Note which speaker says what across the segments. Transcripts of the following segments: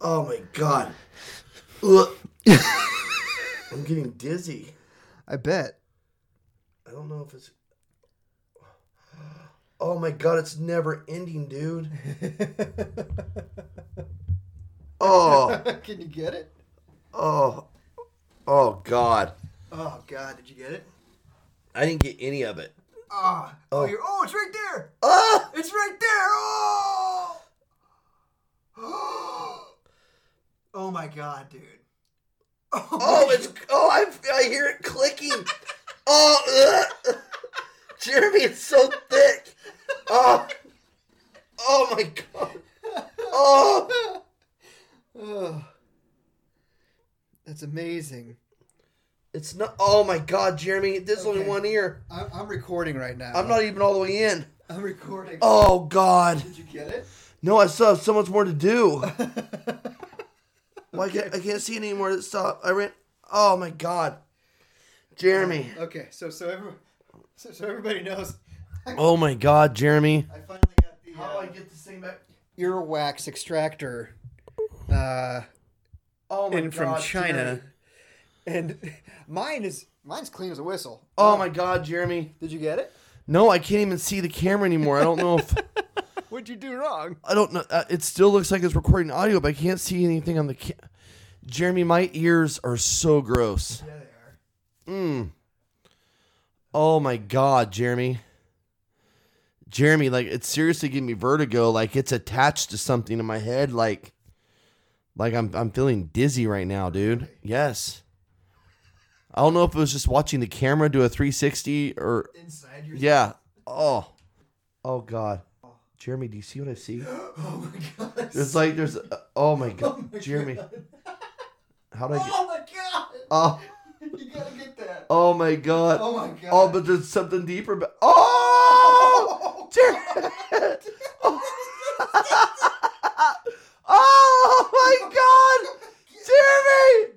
Speaker 1: Oh my god. Ugh. I'm getting dizzy.
Speaker 2: I bet.
Speaker 1: I don't know if it's. Oh my god, it's never ending, dude. Oh,
Speaker 2: Can you get it?
Speaker 1: oh, oh god.
Speaker 2: Oh God, did you get it?
Speaker 1: I didn't get any of it.
Speaker 2: Ah, oh,
Speaker 1: Oh.
Speaker 2: you're, oh, it's right there.
Speaker 1: Ah!
Speaker 2: It's right there. Oh. Oh my God, dude.
Speaker 1: Oh, it's oh, I, I hear it clicking. Oh, ugh. Jeremy, it's so thick. Oh, oh my god. Oh,
Speaker 2: Oh. That's amazing.
Speaker 1: it's not. Oh my god, Jeremy, there's only
Speaker 2: Okay.
Speaker 1: one ear.
Speaker 2: I'm, I'm recording right now.
Speaker 1: I'm not even all the way in.
Speaker 2: I'm recording.
Speaker 1: Oh god.
Speaker 2: Did you get it?
Speaker 1: No, I still have so much more to do. Why can't I can't see any more. Stop. I ran. Oh my god, Jeremy.
Speaker 2: Okay, so so every, so, so everybody knows. I,
Speaker 1: Oh my god, Jeremy.
Speaker 2: I finally got the
Speaker 1: How do I
Speaker 2: uh,
Speaker 1: get this thing back?
Speaker 2: earwax extractor. Uh.
Speaker 1: Oh my
Speaker 2: in from
Speaker 1: God,
Speaker 2: China.
Speaker 1: Jeremy.
Speaker 2: And mine is mine's clean as a whistle.
Speaker 1: Oh my god, Jeremy.
Speaker 2: Did you get it?
Speaker 1: No, I can't even see the camera anymore. I don't know if
Speaker 2: What'd you do wrong?
Speaker 1: I don't know. Uh, it still looks like it's recording audio, but I can't see anything on the. Ca- Jeremy, my ears are so gross.
Speaker 2: Yeah, they are.
Speaker 1: Mm. Oh my god, Jeremy. Jeremy, like it's seriously giving me vertigo. Like it's attached to something in my head. Like, like I'm I'm feeling dizzy right now, dude. Yes. I don't know if it was just watching the camera do a 360 or
Speaker 2: Inside your
Speaker 1: yeah. Oh. Oh god. Jeremy, do you see what I see?
Speaker 2: Oh my god.
Speaker 1: It's like there's. oh my
Speaker 2: Oh
Speaker 1: god,
Speaker 2: my
Speaker 1: Jeremy.
Speaker 2: God.
Speaker 1: How did I get?
Speaker 2: Oh my god.
Speaker 1: Oh.
Speaker 2: You gotta get that.
Speaker 1: Oh my god.
Speaker 2: Oh my god.
Speaker 1: Oh, but there's something deeper. But oh, Jer- oh my God,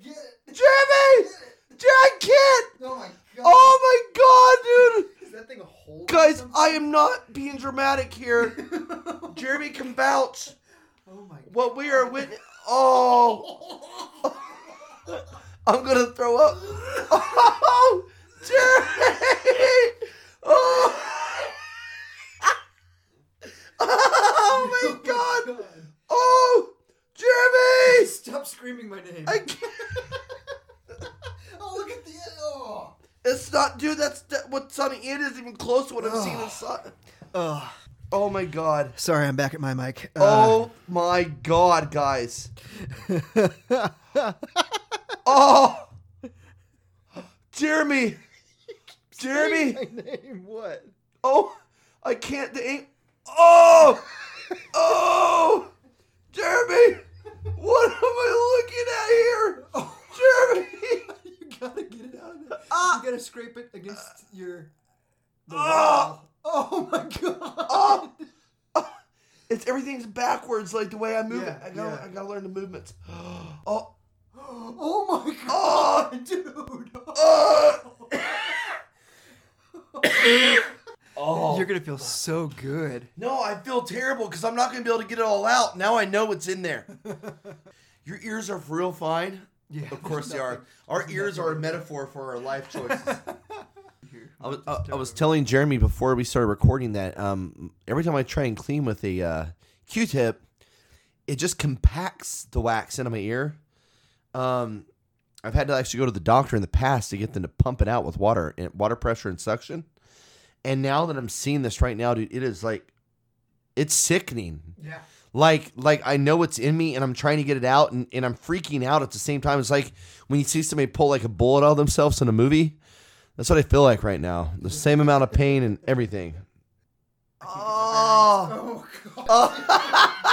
Speaker 1: Jeremy,
Speaker 2: Get it.
Speaker 1: Jeremy, Jer- I can't.
Speaker 2: Oh my god.
Speaker 1: Oh my God,
Speaker 2: Is that thing a hole?
Speaker 1: dude, guys, I am not being dramatic here. Jeremy can vouch
Speaker 2: oh my god.
Speaker 1: what we are witness. Oh, I'm gonna throw up. Oh, Jeremy. Oh. Oh my God. Oh, Jeremy!
Speaker 2: Stop screaming my name.
Speaker 1: I can't.
Speaker 2: Oh, look at the. Oh.
Speaker 1: It's not, dude. That's that, what's on the end isn't even close to what I'm seeing inside.
Speaker 2: oh.
Speaker 1: Oh my god.
Speaker 2: Sorry, I'm back at my mic. Uh,
Speaker 1: Oh my god, guys. Oh, Jeremy, Jeremy.
Speaker 2: name what?
Speaker 1: Oh, I can't. They ain't. Oh, oh, Jeremy. What am I looking at here, Jeremy?
Speaker 2: You gotta get it out of there.
Speaker 1: Ah.
Speaker 2: you gotta scrape it against your. The
Speaker 1: Ah.
Speaker 2: wall. Oh my god.
Speaker 1: Oh. It's everything's backwards, like the way I move
Speaker 2: Yeah,
Speaker 1: it. I gotta,
Speaker 2: yeah.
Speaker 1: I gotta learn the movements. Oh,
Speaker 2: Oh my god,
Speaker 1: oh,
Speaker 2: dude.
Speaker 1: oh. oh.
Speaker 2: You're gonna feel so good.
Speaker 1: no, I feel terrible because I'm not gonna be able to get it all out. Now I know what's in there. Your ears are for real fine.
Speaker 2: Yeah.
Speaker 1: Of course they are. Our ears are a metaphor for our life choices. I was, uh, I, I was telling Jeremy before we started recording that um, every time I try and clean with a uh, Q-tip, it just compacts the wax into my ear. Um, I've had to actually go to the doctor in the past to get them to pump it out with water and water pressure and suction. And now that I'm seeing this right now, dude, it is like it's sickening.
Speaker 2: Yeah.
Speaker 1: Like like I know what's in me and I'm trying to get it out and, and I'm freaking out at the same time. It's like when you see somebody pull like a bullet out of themselves in a movie. That's what I feel like right now. The same amount of pain and everything. Oh,
Speaker 2: Oh god.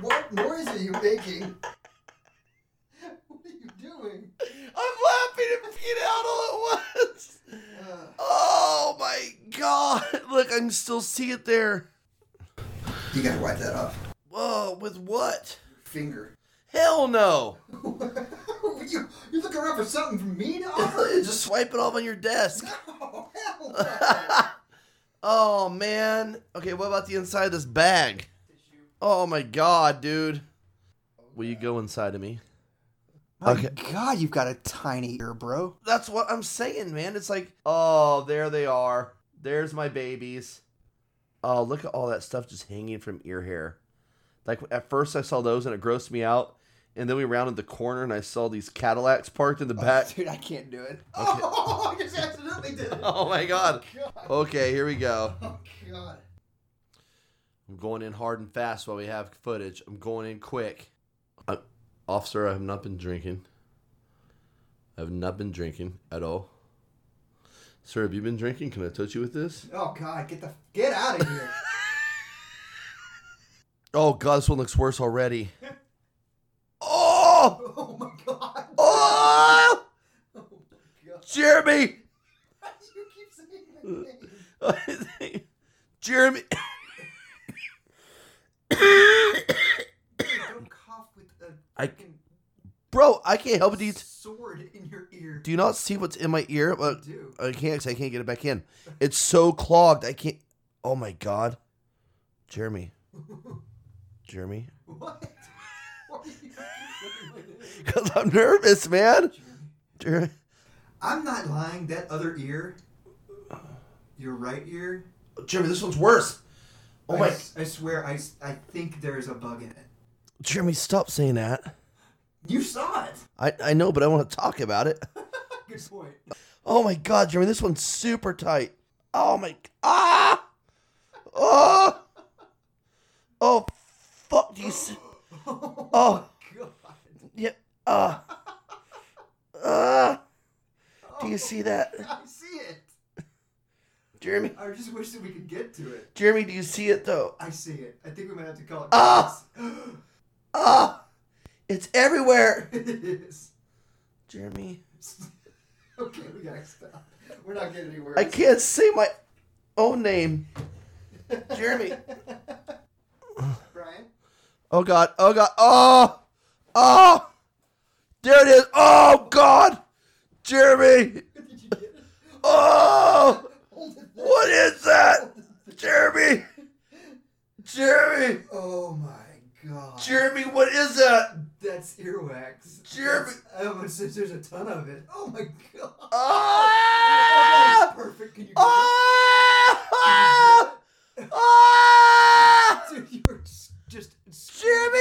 Speaker 2: What noise are you making? What are you doing?
Speaker 1: I'm laughing and peeing out all at once.
Speaker 2: Uh,
Speaker 1: Oh my god! Look, I can still see it there.
Speaker 2: you gotta wipe that off.
Speaker 1: Whoa, with what?
Speaker 2: Finger.
Speaker 1: Hell no!
Speaker 2: you looking around for something for me to offer.
Speaker 1: Just swipe it off on your desk.
Speaker 2: Oh, hell no.
Speaker 1: oh man. Okay, what about the inside of this bag? Oh my god, dude. Will you go inside of me?
Speaker 2: My
Speaker 1: Okay.
Speaker 2: God, you've got a tiny ear, bro.
Speaker 1: That's what I'm saying, man. It's like, oh, there they are. There's my babies. Oh, look at all that stuff just hanging from ear hair. Like at first I saw those and it grossed me out. And then we rounded the corner and I saw these Cadillacs parked in the back.
Speaker 2: dude, I can't do it. Oh, I just accidentally did it.
Speaker 1: Oh my god.
Speaker 2: God.
Speaker 1: Okay, here we go.
Speaker 2: Oh, God.
Speaker 1: I'm going in hard and fast while we have footage. I'm going in quick. Uh, officer, I have not been drinking. I have not been drinking at all. Sir, have you been drinking? Can I touch you with this?
Speaker 2: Oh, God, get the get out of here.
Speaker 1: Oh god, this one looks worse already. Oh!
Speaker 2: oh, my God.
Speaker 1: Oh!
Speaker 2: Oh, my God.
Speaker 1: Jeremy!
Speaker 2: Why do you keep saying my name?
Speaker 1: Jeremy!
Speaker 2: Dude, Don't cough with a
Speaker 1: I-
Speaker 2: fucking
Speaker 1: Bro, I can't help it. Do you,
Speaker 2: sword in your ear.
Speaker 1: do you not see what's in my ear? Uh,
Speaker 2: do.
Speaker 1: I can't 'cause I can't get it back in. It's so clogged. I can't. Oh my god. Jeremy. Jeremy.
Speaker 2: What? Why do you keep saying my name?
Speaker 1: Cuz I'm nervous, man.
Speaker 2: Jeremy.
Speaker 1: Jer-
Speaker 2: I'm not lying. That other ear, your right ear.
Speaker 1: Jeremy, this one's worse. Oh
Speaker 2: I
Speaker 1: my.
Speaker 2: s- I, swear, I, s- I think there's a bug in it.
Speaker 1: Jeremy, stop saying that.
Speaker 2: You saw it.
Speaker 1: I I know, but I want to talk about it.
Speaker 2: Good point.
Speaker 1: Oh my god, Jeremy, this one's super tight. Oh my ah oh oh fuck do you see?
Speaker 2: Oh,
Speaker 1: Oh.
Speaker 2: God.
Speaker 1: yeah uh uh do
Speaker 2: Oh,
Speaker 1: you see that,
Speaker 2: I see it.
Speaker 1: Jeremy?
Speaker 2: I just wish that we could get to it.
Speaker 1: Jeremy, do you see it though?
Speaker 2: I see it. I think we might have to call it.
Speaker 1: Ah!
Speaker 2: quits.
Speaker 1: Ah, it's everywhere,
Speaker 2: it is.
Speaker 1: Jeremy.
Speaker 2: Okay, we gotta stop. We're not getting anywhere.
Speaker 1: I can't say my own name, Jeremy.
Speaker 2: Brian?
Speaker 1: Oh god, oh god, oh, oh, there it is. Oh god, Jeremy.
Speaker 2: Did you get it?
Speaker 1: Oh.
Speaker 2: Hold it.
Speaker 1: What is that? Jeremy! Jeremy!
Speaker 2: Oh my god.
Speaker 1: Jeremy, what is that?
Speaker 2: That's earwax.
Speaker 1: Jeremy-
Speaker 2: That's- Oh, it's just- there's a ton of it. Oh my god.
Speaker 1: Ah!
Speaker 2: That's perfect. Can you
Speaker 1: Ah! Ah!
Speaker 2: Dude, you were s- just.
Speaker 1: Jeremy!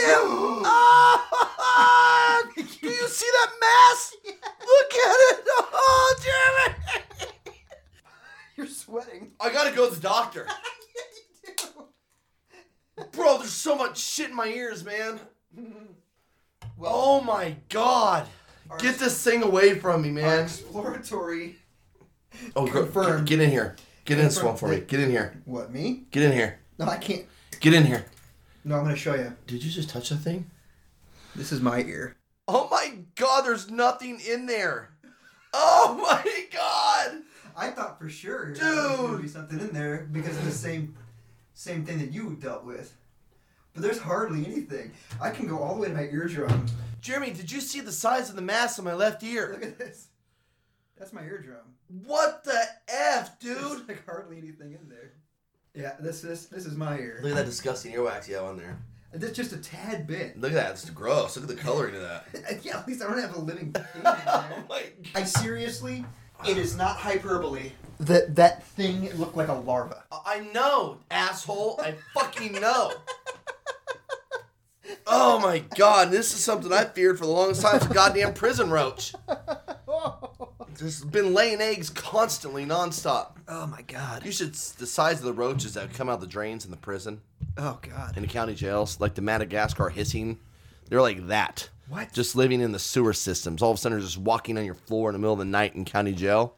Speaker 1: Ah! Do you see that mass? Look at it! Oh, Jeremy!
Speaker 2: You're sweating.
Speaker 1: I gotta go to the doctor. Bro, there's so much shit in my ears, man.
Speaker 2: well,
Speaker 1: Oh my god.
Speaker 2: our-
Speaker 1: Get this thing away from me,
Speaker 2: our
Speaker 1: man.
Speaker 2: exploratory.
Speaker 1: Oh, go-
Speaker 2: Confirmed.
Speaker 1: Get, get in here. Get in,
Speaker 2: Confirmed.
Speaker 1: Swamp, for me. Get in here.
Speaker 2: What, me?
Speaker 1: Get in here.
Speaker 2: No, I can't.
Speaker 1: Get in here.
Speaker 2: No, I'm gonna show you.
Speaker 1: Did you just touch the thing?
Speaker 2: This is my ear.
Speaker 1: Oh my god, there's nothing in there. Oh my god.
Speaker 2: I thought for sure there was gonna be something in there because of the same same thing that you dealt with. But there's hardly anything. I can go all the way to my eardrum.
Speaker 1: Jeremy, did you see the size of the mass on my left ear?
Speaker 2: Look at this. That's my eardrum.
Speaker 1: What the F,
Speaker 2: There's
Speaker 1: dude?
Speaker 2: like hardly anything in there. Yeah, this this this is my ear.
Speaker 1: Look at that disgusting earwax you have on there.
Speaker 2: That's just a tad bit.
Speaker 1: Look at that. It's gross. Look at the coloring of that.
Speaker 2: Yeah, at least I don't have a living thing in
Speaker 1: oh
Speaker 2: there.
Speaker 1: my god.
Speaker 2: I seriously, it is not hyperbole. That that thing looked like a larva.
Speaker 1: I know, asshole. I fucking know. Oh my god, this is something I feared for the longest time. It's a goddamn prison roach. This has been laying eggs constantly, nonstop.
Speaker 2: Oh my god.
Speaker 1: You should s- the size of the roaches that come out the drains in the prison
Speaker 2: Oh god.
Speaker 1: in the county jails, like the Madagascar hissing. They're like that.
Speaker 2: What?
Speaker 1: Just living in the sewer systems. All of a sudden, they're just walking on your floor in the middle of the night in county jail.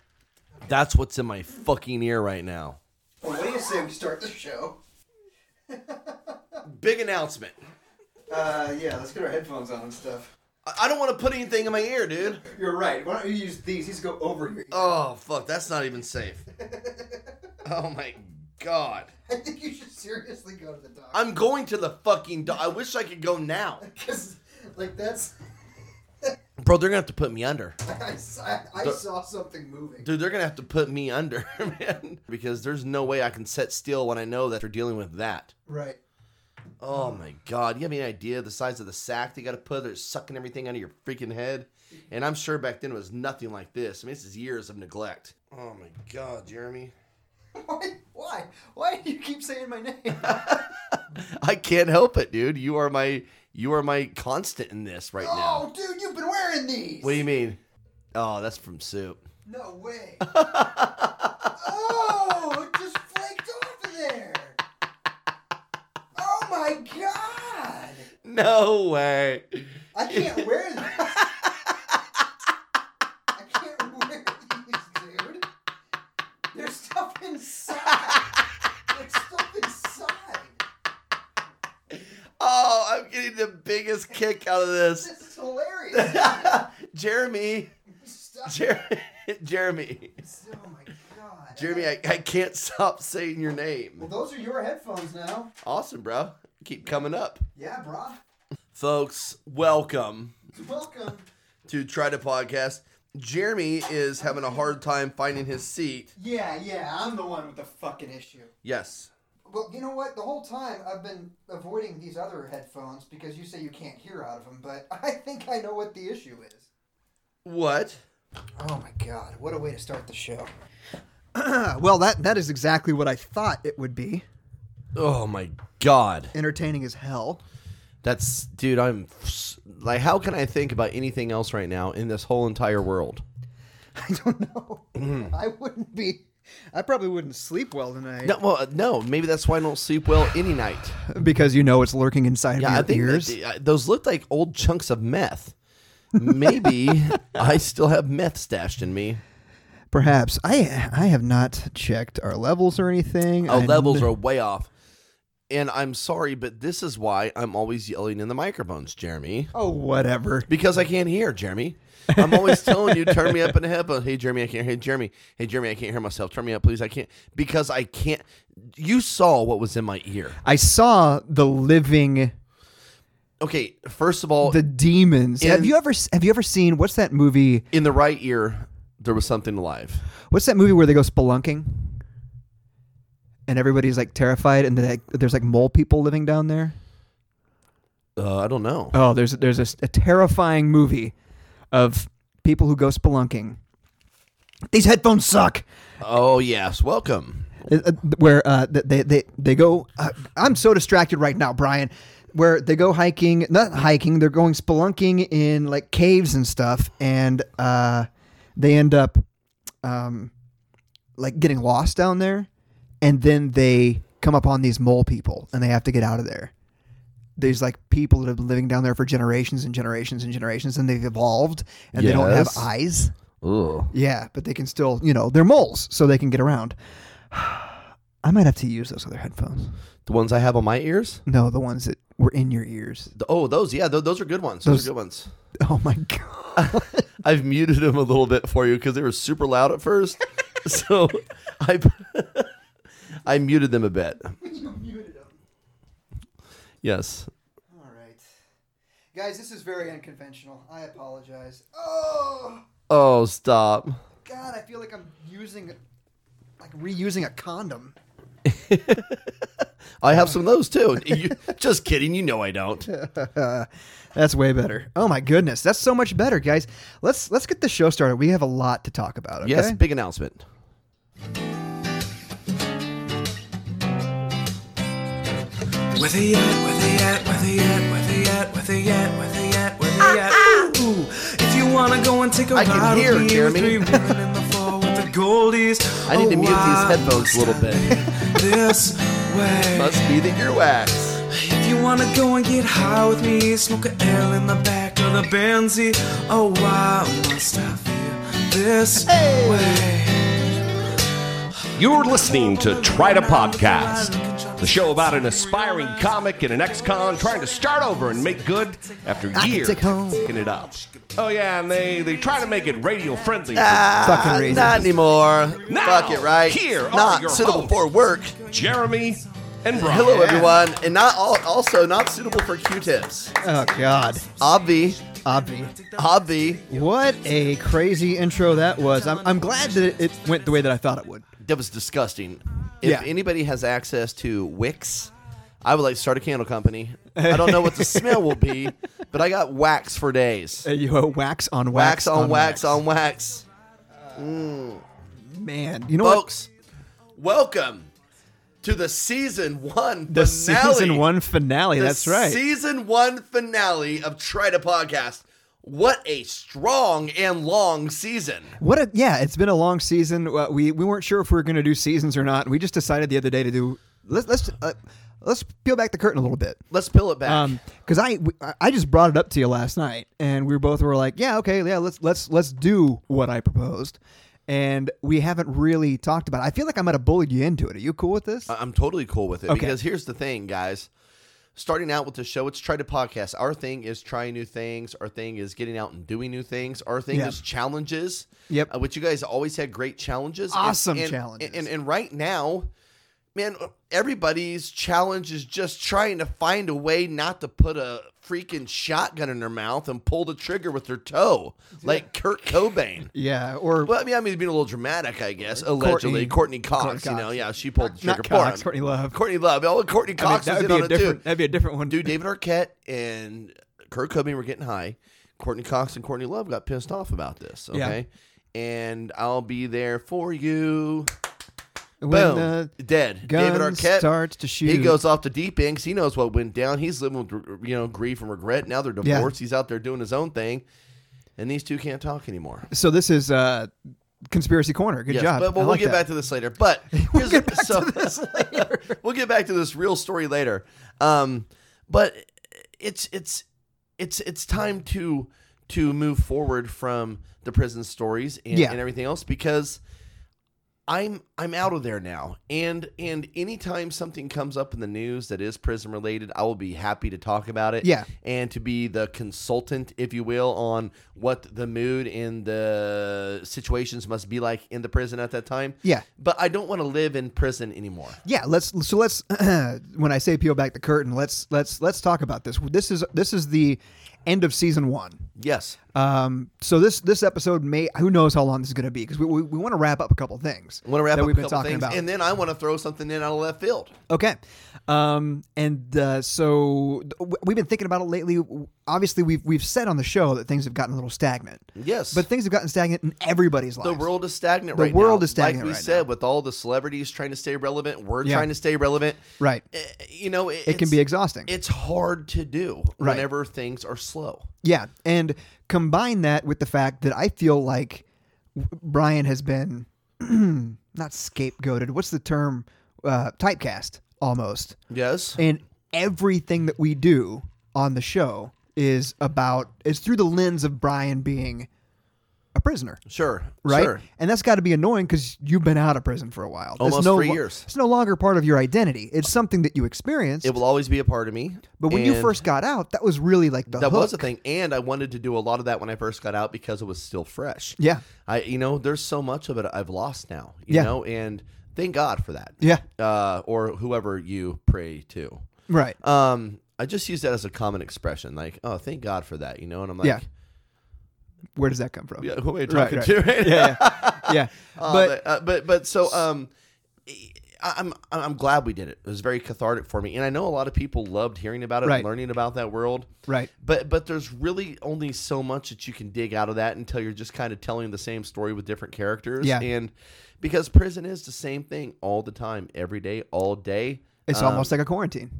Speaker 1: That's what's in my fucking ear right now.
Speaker 2: Well, what do you say we start the show?
Speaker 1: Big announcement.
Speaker 2: Uh, yeah, let's get our headphones on and stuff.
Speaker 1: I I don't want to put anything in my ear, dude.
Speaker 2: You're right. Why don't you use these? These go over here.
Speaker 1: Oh fuck, that's not even safe. Oh my god.
Speaker 2: I think you should seriously go to the doctor.
Speaker 1: I'm going to the fucking do- I wish I could go now.
Speaker 2: Because, like, that's.
Speaker 1: Bro, they're gonna have to put me under.
Speaker 2: I, s- I- I saw something moving.
Speaker 1: Dude, they're gonna have to put me under, man. Because there's no way I can set still when I know that they're dealing with that.
Speaker 2: Right.
Speaker 1: Oh my god, you have any idea the size of the sack they gotta put? They're sucking everything out of your freaking head. And I'm sure back then it was nothing like this. I mean, this is years of neglect. Oh my god, Jeremy.
Speaker 2: Why? Why? Why do you keep saying my name?
Speaker 1: I can't help it, dude. You are my you are my constant in this right now.
Speaker 2: oh, dude, you've been wearing these.
Speaker 1: What do you mean? Oh, that's from soup.
Speaker 2: No way. oh, it just flaked off of there. Oh my god!
Speaker 1: No way.
Speaker 2: I can't wear these. I can't wear these, dude. There's stuff inside. There's stuff inside.
Speaker 1: Oh, I'm getting the biggest kick out of this.
Speaker 2: This is hilarious.
Speaker 1: Jeremy,
Speaker 2: Stop.
Speaker 1: Jer- Jeremy,
Speaker 2: Oh my god.
Speaker 1: Jeremy, I, I can't stop saying your
Speaker 2: Well,
Speaker 1: name.
Speaker 2: those are your headphones now.
Speaker 1: Awesome, bro. Keep coming up.
Speaker 2: Yeah, bro.
Speaker 1: Folks, welcome
Speaker 2: Welcome.
Speaker 1: to Try to Podcast. Jeremy is having a hard time finding his seat.
Speaker 2: Yeah, yeah, I'm the one with the fucking issue.
Speaker 1: Yes.
Speaker 2: Well, you know what? The whole time I've been avoiding these other headphones because you say you can't hear out of them, but I think I know what the issue is.
Speaker 1: What?
Speaker 2: Oh my god, what a way to start the show. well, that that is exactly what I thought it would be.
Speaker 1: Oh my God.
Speaker 2: Entertaining as hell.
Speaker 1: That's, dude, I'm like, how can I think about anything else right now in this whole entire world?
Speaker 2: I don't know. I wouldn't be I probably wouldn't sleep well tonight
Speaker 1: No, well, uh, no, maybe that's why I don't sleep well any night.
Speaker 2: because you know it's lurking inside
Speaker 1: Yeah, I
Speaker 2: of
Speaker 1: think
Speaker 2: your
Speaker 1: that
Speaker 2: ears.
Speaker 1: the- uh, those look like old chunks of meth. Maybe I still have meth stashed in me.
Speaker 2: Perhaps I I have not checked our levels or anything.
Speaker 1: Our
Speaker 2: I-
Speaker 1: levels are way off. And I'm sorry, but this is why I'm always yelling in the microphones, Jeremy.
Speaker 2: Oh, whatever.
Speaker 1: Because I can't hear, Jeremy. I'm always telling you, turn me up in the headphones. Hey, Jeremy, I can't hear. Hey, Jeremy, hey, Jeremy, I can't hear myself. Turn me up, please. I can't. Because I can't. You saw what was in my ear.
Speaker 2: I saw the living
Speaker 1: Okay, first of all,
Speaker 2: the demons. Oh. have
Speaker 1: And-
Speaker 2: you ever have you ever seen what's that movie?
Speaker 1: in the right ear, there was something alive.
Speaker 2: What's that movie where they go spelunking? And everybody's like terrified and they're like, there's like mole people living down there.
Speaker 1: Uh, I don't know.
Speaker 2: Oh, there's there's a, a terrifying movie of people who go spelunking. These headphones suck.
Speaker 1: Oh, yes. Welcome.
Speaker 2: Uh, uh, Where uh, th- they they they go. Uh, I'm so distracted right now, Brian. Where they go hiking, not hiking. They're going spelunking in like caves and stuff, and uh, they end up um, like getting lost down there, and then they come upon these mole people, and they have to get out of there. There's like people that have been living down there for generations and generations and generations, and they've evolved, and they don't have
Speaker 1: Yes.
Speaker 2: eyes.
Speaker 1: Ooh.
Speaker 2: Yeah, but they can still, you know, they're moles, so they can get around. I might have to use those other headphones.
Speaker 1: The ones I have on my ears?
Speaker 2: No, the ones that were in your ears.
Speaker 1: The- oh, those. Yeah, tho- those are good ones. Those, are good ones.
Speaker 2: Oh my god.
Speaker 1: I've muted them a little bit for you because they were super loud at first. so I I muted them a bit.
Speaker 2: you muted them.
Speaker 1: Yes.
Speaker 2: All right. Guys, this is very unconventional. I apologize. Oh
Speaker 1: Oh, stop.
Speaker 2: god, I feel like I'm using like reusing a condom.
Speaker 1: I have some of those too. You, just kidding. You know I don't.
Speaker 2: That's way better. Oh my goodness, that's so much better, guys. Let's let's get the show started. We have a lot to talk about, okay?
Speaker 1: Yes, big announcement.
Speaker 3: Where they at? Where they at? Where they at? Where they at? Where they at? Where they at? Where they at? Ooh, if you wanna go and take a
Speaker 1: I
Speaker 3: ride
Speaker 1: can hear,
Speaker 3: with me,
Speaker 1: Jeremy.
Speaker 3: with three women in the fall with the goldies.
Speaker 1: I need to
Speaker 3: Oh,
Speaker 1: mute
Speaker 3: I
Speaker 1: these headphones a little
Speaker 3: must
Speaker 1: bit.
Speaker 3: have it This way.
Speaker 1: Must be the earwax.
Speaker 3: If you wanna go and get high with me, smoke a L in the back of the Benzie. Oh, why must I feel this way?
Speaker 4: You're listening to Try to Podcast, the show about an aspiring comic and an ex-con trying to start over and make good after
Speaker 2: can
Speaker 4: years
Speaker 2: take home.
Speaker 4: picking it up. Oh yeah, and they they try to make it radio friendly.
Speaker 2: Fucking
Speaker 1: Ah,
Speaker 2: racist.
Speaker 1: not anymore.
Speaker 4: Now,
Speaker 1: Fuck it, right?
Speaker 4: here are
Speaker 1: not
Speaker 4: your
Speaker 1: suitable
Speaker 4: hosts.
Speaker 1: for work.
Speaker 4: Jeremy and Brian.
Speaker 1: Hello, everyone, and not all, also not suitable for Q-tips.
Speaker 2: Oh god.
Speaker 1: Obvi,
Speaker 2: Avi.
Speaker 1: Hobby.
Speaker 2: What a crazy intro that was. I'm, I'm glad that it went the way that I thought it would.
Speaker 1: That was disgusting. If
Speaker 2: Yeah.
Speaker 1: anybody has access to Wicks, I would like to start a candle company. I don't know what the smell will be, but I got wax for days.
Speaker 2: Uh, you uh, wax on wax.
Speaker 1: Wax on wax on wax.
Speaker 2: Man, you know what?
Speaker 1: Folks, welcome to the season one
Speaker 2: The
Speaker 1: finale.
Speaker 2: season one finale.
Speaker 1: The
Speaker 2: that's right.
Speaker 1: Season one finale of Try to Podcast. What a strong and long season.
Speaker 2: What a yeah! It's been a long season. Uh, We we weren't sure if we were going to do seasons or not. We just decided the other day to do. Let's let's uh, let's peel back the curtain a little bit.
Speaker 1: Let's peel it back.
Speaker 2: Um, because I we- I- I just brought it up to you last night, and we both were like, yeah, okay, yeah, let's let's let's do what I proposed, and we haven't really talked about. it. I feel like I might have bullied you into it. Are you cool with this?
Speaker 1: I- I'm totally cool with it because here's the thing, guys. Starting out with the show, it's try to podcast. Our thing is trying new things. Our thing is getting out and doing new things. Our thing
Speaker 2: Yeah.
Speaker 1: is challenges.
Speaker 2: Yep.
Speaker 1: uh, which you guys always had great challenges. And-
Speaker 2: Awesome
Speaker 1: and-
Speaker 2: challenges.
Speaker 1: And, and right now, man, everybody's challenge is just trying to find a way not to put a freaking shotgun in their mouth and pull the trigger with their toe, like Kurt Cobain.
Speaker 2: yeah, or
Speaker 1: Well, I mean, I mean, being a little dramatic, I guess. Allegedly, Courtney,
Speaker 2: Courtney-
Speaker 1: Cox,
Speaker 2: Courtney
Speaker 1: You know,
Speaker 2: Cox.
Speaker 1: yeah, she pulled the trigger.
Speaker 2: not
Speaker 1: Poor
Speaker 2: Cox,
Speaker 1: hon-
Speaker 2: Courtney Love.
Speaker 1: Courtney Love. Oh, Courtney
Speaker 2: I mean,
Speaker 1: Cox
Speaker 2: that would
Speaker 1: is
Speaker 2: be
Speaker 1: in on
Speaker 2: a
Speaker 1: it too.
Speaker 2: different. That'd be a different one.
Speaker 1: Dude, David Arquette and Kurt Cobain were getting high. Courtney Cox and Courtney Love got pissed off about this.
Speaker 2: Yeah.
Speaker 1: Okay, and I'll be there for you.
Speaker 2: when uh,
Speaker 1: Boom,
Speaker 2: the
Speaker 1: dead. David
Speaker 2: gun
Speaker 1: Arquette
Speaker 2: starts to shoot,
Speaker 1: He goes off the deep end 'cause he knows what went down. He's living with you know grief and regret. Now they're
Speaker 2: Yeah.
Speaker 1: divorced. He's out there doing his own thing, and these two can't talk anymore.
Speaker 2: So this is uh, conspiracy corner. Good
Speaker 1: Yes,
Speaker 2: job.
Speaker 1: But, but
Speaker 2: I
Speaker 1: we'll
Speaker 2: like
Speaker 1: get
Speaker 2: that.
Speaker 1: back to this later. But we'll get back to this later. we'll get back to this real story later. Um, but it's it's it's it's time to to move forward from the prison stories and,
Speaker 2: Yeah.
Speaker 1: and everything else because I'm I'm out of there now. And and anytime something comes up in the news that is prison related, I will be happy to talk about it.
Speaker 2: Yeah.
Speaker 1: And to be the consultant, if you will, on what the mood and the situations must be like in the prison at that time.
Speaker 2: Yeah.
Speaker 1: But I don't want to live in prison anymore.
Speaker 2: Yeah, let's so let's when I say peel back the curtain, let's let's let's talk about this. This is this is the end of season 1.
Speaker 1: Yes.
Speaker 2: Um so this this episode may who knows how long this is going to be because we, we, we want to wrap up a couple things.
Speaker 1: I want to wrap
Speaker 2: that
Speaker 1: up
Speaker 2: we've
Speaker 1: a
Speaker 2: been
Speaker 1: couple
Speaker 2: talking
Speaker 1: things,
Speaker 2: about.
Speaker 1: and then I want to throw something in out of left field.
Speaker 2: Okay. Um, and uh, so th- w- we've been thinking about it lately. Obviously, we've we've said on the show that things have gotten a little stagnant.
Speaker 1: Yes.
Speaker 2: But things have gotten stagnant in everybody's life.
Speaker 1: The world is stagnant
Speaker 2: The
Speaker 1: right now.
Speaker 2: world is stagnant
Speaker 1: Like we
Speaker 2: right
Speaker 1: said,
Speaker 2: now.
Speaker 1: with all the celebrities trying to stay relevant, we're
Speaker 2: Yeah.
Speaker 1: trying to stay relevant.
Speaker 2: Right.
Speaker 1: Eh, You know, it,
Speaker 2: It can
Speaker 1: it's-
Speaker 2: be exhausting.
Speaker 1: It's hard to do
Speaker 2: Right.
Speaker 1: whenever things are slow.
Speaker 2: Yeah, and combine that with the fact that I feel like w- Brian has been not scapegoated. What's the term? Uh, typecast almost.
Speaker 1: Yes.
Speaker 2: And everything that we do on the show is about is through the lens of Brian being a prisoner,
Speaker 1: Sure.
Speaker 2: right?
Speaker 1: Sure.
Speaker 2: And that's got to be annoying because you've been out of prison for a while.
Speaker 1: Almost
Speaker 2: it's no
Speaker 1: three
Speaker 2: lo-
Speaker 1: years.
Speaker 2: It's no longer part of your identity. It's something that you experienced.
Speaker 1: It will always be a part of me.
Speaker 2: but when you
Speaker 1: and
Speaker 2: first got out, that was really like the
Speaker 1: that was a
Speaker 2: hook.
Speaker 1: thing, and I wanted to do a lot of that when I first got out because it was still fresh.
Speaker 2: Yeah.
Speaker 1: I you know there's so much of it I've lost now. You
Speaker 2: Yeah.
Speaker 1: know, and thank God for that.
Speaker 2: Yeah.
Speaker 1: Uh, or whoever you pray to.
Speaker 2: right.
Speaker 1: Um, I just use that as a common expression, like, oh, thank God for that. You know, and I'm like,
Speaker 2: Yeah. Where does that come from?
Speaker 1: Yeah, who am I
Speaker 2: Right,
Speaker 1: talking
Speaker 2: right.
Speaker 1: to? Right now?
Speaker 2: yeah, yeah. yeah.
Speaker 1: Uh,
Speaker 2: but
Speaker 1: but uh, but but so um, I- I'm I'm glad we did it. It was very cathartic for me, and I know a lot of people loved hearing about it, and
Speaker 2: Right.
Speaker 1: learning about that world.
Speaker 2: Right.
Speaker 1: But but there's really only so much that you can dig out of that until you're just kind of telling the same story with different characters.
Speaker 2: Yeah.
Speaker 1: And because prison is the same thing all the time, every day, all day.
Speaker 2: it's almost like a quarantine.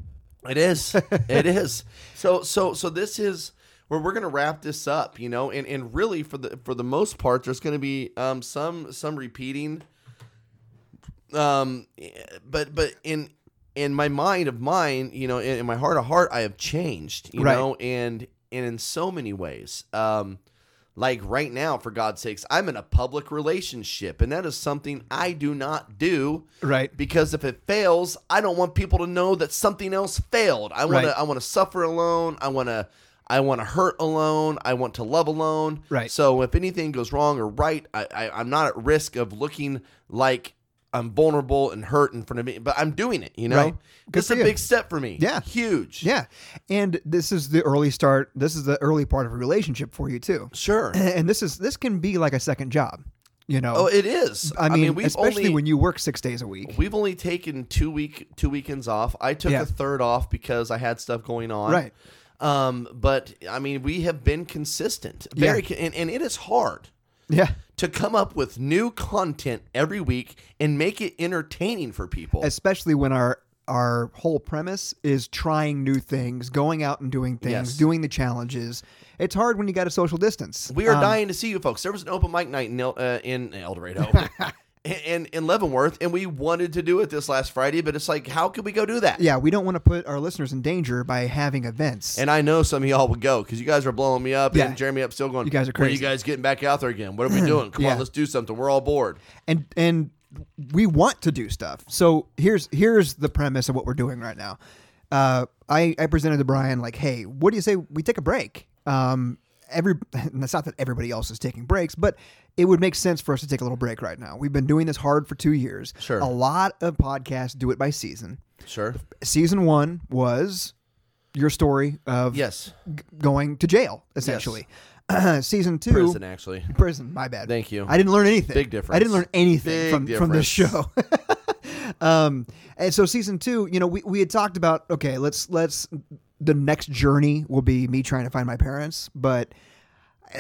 Speaker 1: It is. it is. So so so this is where we're gonna wrap this up, you know, and and really for the for the most part, there's gonna be um some some repeating. Um, but but in in my mind of mine, you know, in, in my heart of heart, I have changed, you
Speaker 2: Right.
Speaker 1: know, and and in so many ways, um. Like right now, for God's sakes, I'm in a public relationship, and that is something I do not do
Speaker 2: Right.
Speaker 1: because if it fails, I don't want people to know that something else failed. I want
Speaker 2: Right.
Speaker 1: to I want to suffer alone. I want to I want to hurt alone. I want to love alone.
Speaker 2: Right.
Speaker 1: So if anything goes wrong or right, I, I I'm not at risk of looking like I'm vulnerable and hurt in front of me, but I'm doing it. You know,
Speaker 2: Right. Good
Speaker 1: this is
Speaker 2: for
Speaker 1: a
Speaker 2: you.
Speaker 1: big step for me.
Speaker 2: Yeah.
Speaker 1: huge.
Speaker 2: Yeah. And this is the early start. This is the early part of a relationship for you too.
Speaker 1: sure.
Speaker 2: And this is this can be like a second job, you know.
Speaker 1: oh, it is.
Speaker 2: I mean,
Speaker 1: we've
Speaker 2: especially
Speaker 1: only, Oh.
Speaker 2: when you work 6 days a week.
Speaker 1: We've only taken two week two weekends off. I took
Speaker 2: Yeah.
Speaker 1: a third off because I had stuff going on.
Speaker 2: Right.
Speaker 1: Um, but I mean, we have been consistent. Very,
Speaker 2: Yeah.
Speaker 1: con- and, and it is hard
Speaker 2: Yeah.
Speaker 1: to come up with new content every week and make it entertaining for people.
Speaker 2: Especially when our our whole premise is trying new things, going out and doing things,
Speaker 1: Yes.
Speaker 2: doing the challenges. It's hard when you got a social distance.
Speaker 1: we are dying to see you folks. There was an open mic night in El, uh, in El Dorado. And in Leavenworth, and we wanted to do it this last Friday, but it's like, how could we go do that?
Speaker 2: yeah, we don't want to put our listeners in danger by having events.
Speaker 1: And I know some of y'all would go because you guys are blowing me up
Speaker 2: Yeah.
Speaker 1: and Jeremy up still going.
Speaker 2: You guys are
Speaker 1: "When
Speaker 2: crazy."
Speaker 1: you guys getting back out there again? What are we doing? Come
Speaker 2: Yeah.
Speaker 1: on, let's do something. We're all bored.
Speaker 2: and and we want to do stuff. So here's here's the premise of what we're doing right now. Uh, I I presented to Brian like, hey, what do you say we take a break? Um, every and it's not that everybody else is taking breaks, but it would make sense for us to take a little break right now. We've been doing this hard for two years.
Speaker 1: Sure.
Speaker 2: a lot of podcasts do it by season.
Speaker 1: Sure.
Speaker 2: Season one was your story of
Speaker 1: Yes.
Speaker 2: g- going to jail essentially. season two
Speaker 1: Prison, actually.
Speaker 2: prison. My bad.
Speaker 1: Thank you.
Speaker 2: I didn't learn anything.
Speaker 1: Big difference.
Speaker 2: I didn't learn anything
Speaker 1: Big
Speaker 2: from from this show.
Speaker 1: difference.
Speaker 2: um, and so season two, you know, we, we had talked about okay, let's let's the next journey will be me trying to find my parents, but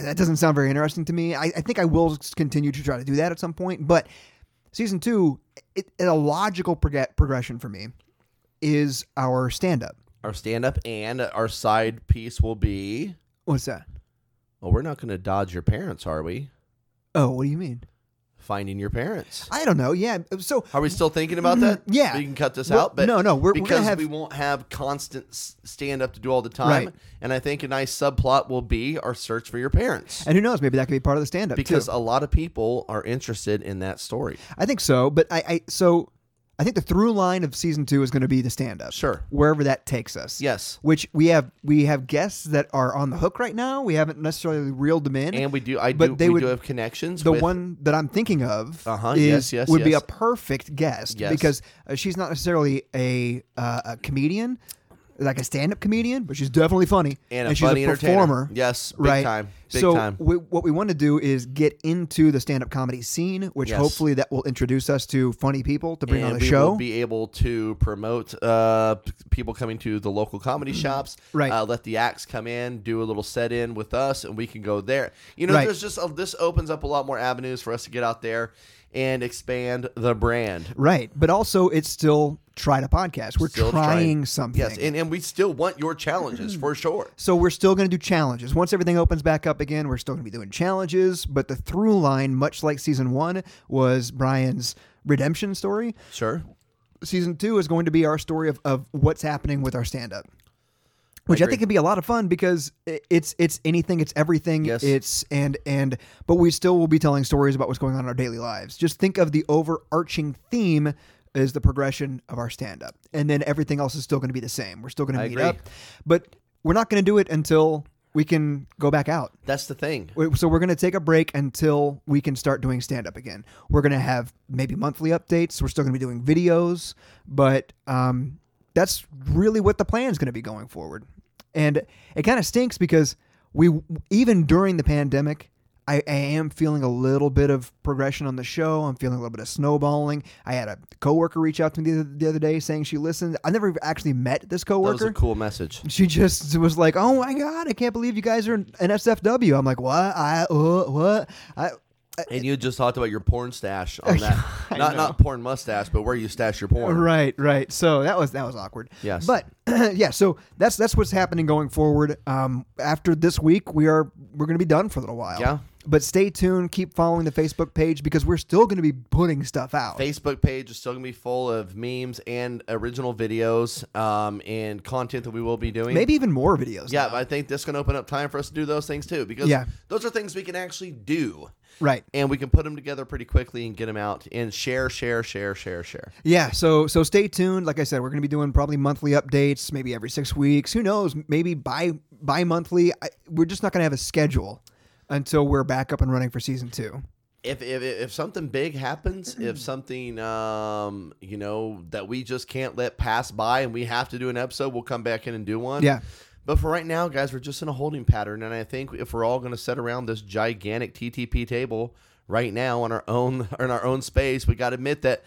Speaker 2: that doesn't sound very interesting to me. I, I think I will continue to try to do that at some point, but season two, it, a logical prog- progression for me is our stand up.
Speaker 1: Our stand up and our side piece will be.
Speaker 2: What's that?
Speaker 1: Well, we're not going to dodge your parents, are we?
Speaker 2: Oh, what do you mean?
Speaker 1: Finding your parents.
Speaker 2: I don't know. Yeah. So
Speaker 1: Are we still thinking about that?
Speaker 2: Yeah.
Speaker 1: we can cut this
Speaker 2: We're-
Speaker 1: out. But
Speaker 2: no, no, we're- we're gonna
Speaker 1: because
Speaker 2: have-
Speaker 1: we won't have constant stand up to do all the time.
Speaker 2: Right.
Speaker 1: And I think a nice subplot will be our search for your parents.
Speaker 2: and who knows? Maybe that could be part of the stand up
Speaker 1: because a lot of people are interested in that story.
Speaker 2: I think so, but I, I so I think the through line of season two is going to be the stand up.
Speaker 1: Sure.
Speaker 2: wherever that takes us.
Speaker 1: Yes.
Speaker 2: which we have we have guests that are on the hook right now. We haven't necessarily reeled them in,
Speaker 1: and we do. I
Speaker 2: but
Speaker 1: do.
Speaker 2: they
Speaker 1: we
Speaker 2: would
Speaker 1: do have connections.
Speaker 2: the
Speaker 1: with,
Speaker 2: one that I'm thinking of
Speaker 1: Uh-huh,
Speaker 2: is,
Speaker 1: yes, yes,
Speaker 2: would be a
Speaker 1: yes.
Speaker 2: perfect guest
Speaker 1: Yes.
Speaker 2: because uh, she's not necessarily a uh, a comedian, like a stand up comedian, but she's definitely funny
Speaker 1: and a
Speaker 2: she's
Speaker 1: funny
Speaker 2: a
Speaker 1: entertainer.
Speaker 2: performer.
Speaker 1: Yes, big
Speaker 2: right?
Speaker 1: time, big
Speaker 2: so
Speaker 1: time.
Speaker 2: We, what we want to do is get into the stand-up comedy scene, which
Speaker 1: Yes.
Speaker 2: hopefully that will introduce us to funny people to bring
Speaker 1: and
Speaker 2: on the
Speaker 1: we
Speaker 2: show.
Speaker 1: will be able to promote uh, p- people coming to the local comedy shops.
Speaker 2: Mm-hmm. Right.
Speaker 1: Uh, let the acts come in, do a little set in with us, and we can go there. You know,
Speaker 2: Right.
Speaker 1: there's just a, this opens up a lot more avenues for us to get out there and expand the brand.
Speaker 2: right, but also it's still try to podcast. We're
Speaker 1: Still
Speaker 2: trying, something.
Speaker 1: Yes, and, and we still want your challenges for sure.
Speaker 2: so we're still going to do challenges. Once everything opens back up again, we're still going to be doing challenges. But the through line, much like season one, was Brian's redemption story.
Speaker 1: Sure.
Speaker 2: Season two is going to be our story of, of what's happening with our stand-up. Which I,
Speaker 1: agree.
Speaker 2: think could be a lot of fun because i- it's it's anything, it's everything,
Speaker 1: Yes.
Speaker 2: it's and and but we still will be telling stories about what's going on in our daily lives. Just think of the overarching theme is the progression of our stand up. And then everything else is still going to be the same. We're still going to meet
Speaker 1: agree.
Speaker 2: up. But we're not going to do it until we can go back out.
Speaker 1: That's the thing.
Speaker 2: We- So we're going to take a break until we can start doing stand up again. We're going to have maybe monthly updates. We're still going to be doing videos, but um, that's really what the plan is going to be going forward. And it kind of stinks because we even during the pandemic, I, I am feeling a little bit of progression on the show. I'm feeling a little bit of snowballing. I had a coworker reach out to me the, the other day saying she listened. I never actually met this
Speaker 1: That was
Speaker 2: coworker
Speaker 1: a cool message.
Speaker 2: she just was like, "Oh my god, I can't believe you guys are an SFW." I'm like, "What? I uh, what? I
Speaker 1: And you just talked about your porn stash on that. not not porn mustache, but where you stash your porn.
Speaker 2: right, right." So that was that was awkward.
Speaker 1: Yes.
Speaker 2: but yeah, so that's that's what's happening going forward. Um, after this week, we are we're going to be done for a little while.
Speaker 1: Yeah.
Speaker 2: but stay tuned. Keep following the Facebook page because we're still going to be putting stuff out.
Speaker 1: Facebook page is still gonna be full of memes and original videos um, and content that we will be doing.
Speaker 2: Maybe even more videos.
Speaker 1: Yeah, but I think this can open up time for us to do those things too because
Speaker 2: Yeah.
Speaker 1: those are things we can actually do.
Speaker 2: right.
Speaker 1: And we can put them together pretty quickly and get them out and share, share, share, share, share.
Speaker 2: Yeah, so so stay tuned. Like I said, we're going to be doing probably monthly updates, maybe every six weeks. Who knows? Maybe bi bi monthly. We're just not going to have a schedule until we're back up and running for season two.
Speaker 1: if if if something big happens,
Speaker 2: Mm-hmm.
Speaker 1: if something um you know that we just can't let pass by, and we have to do an episode, we'll come back in and do one.
Speaker 2: Yeah.
Speaker 1: But for right now, guys, we're just in a holding pattern, and I think if we're all going to sit around this gigantic TTP table right now on our own in our own space, we got to admit that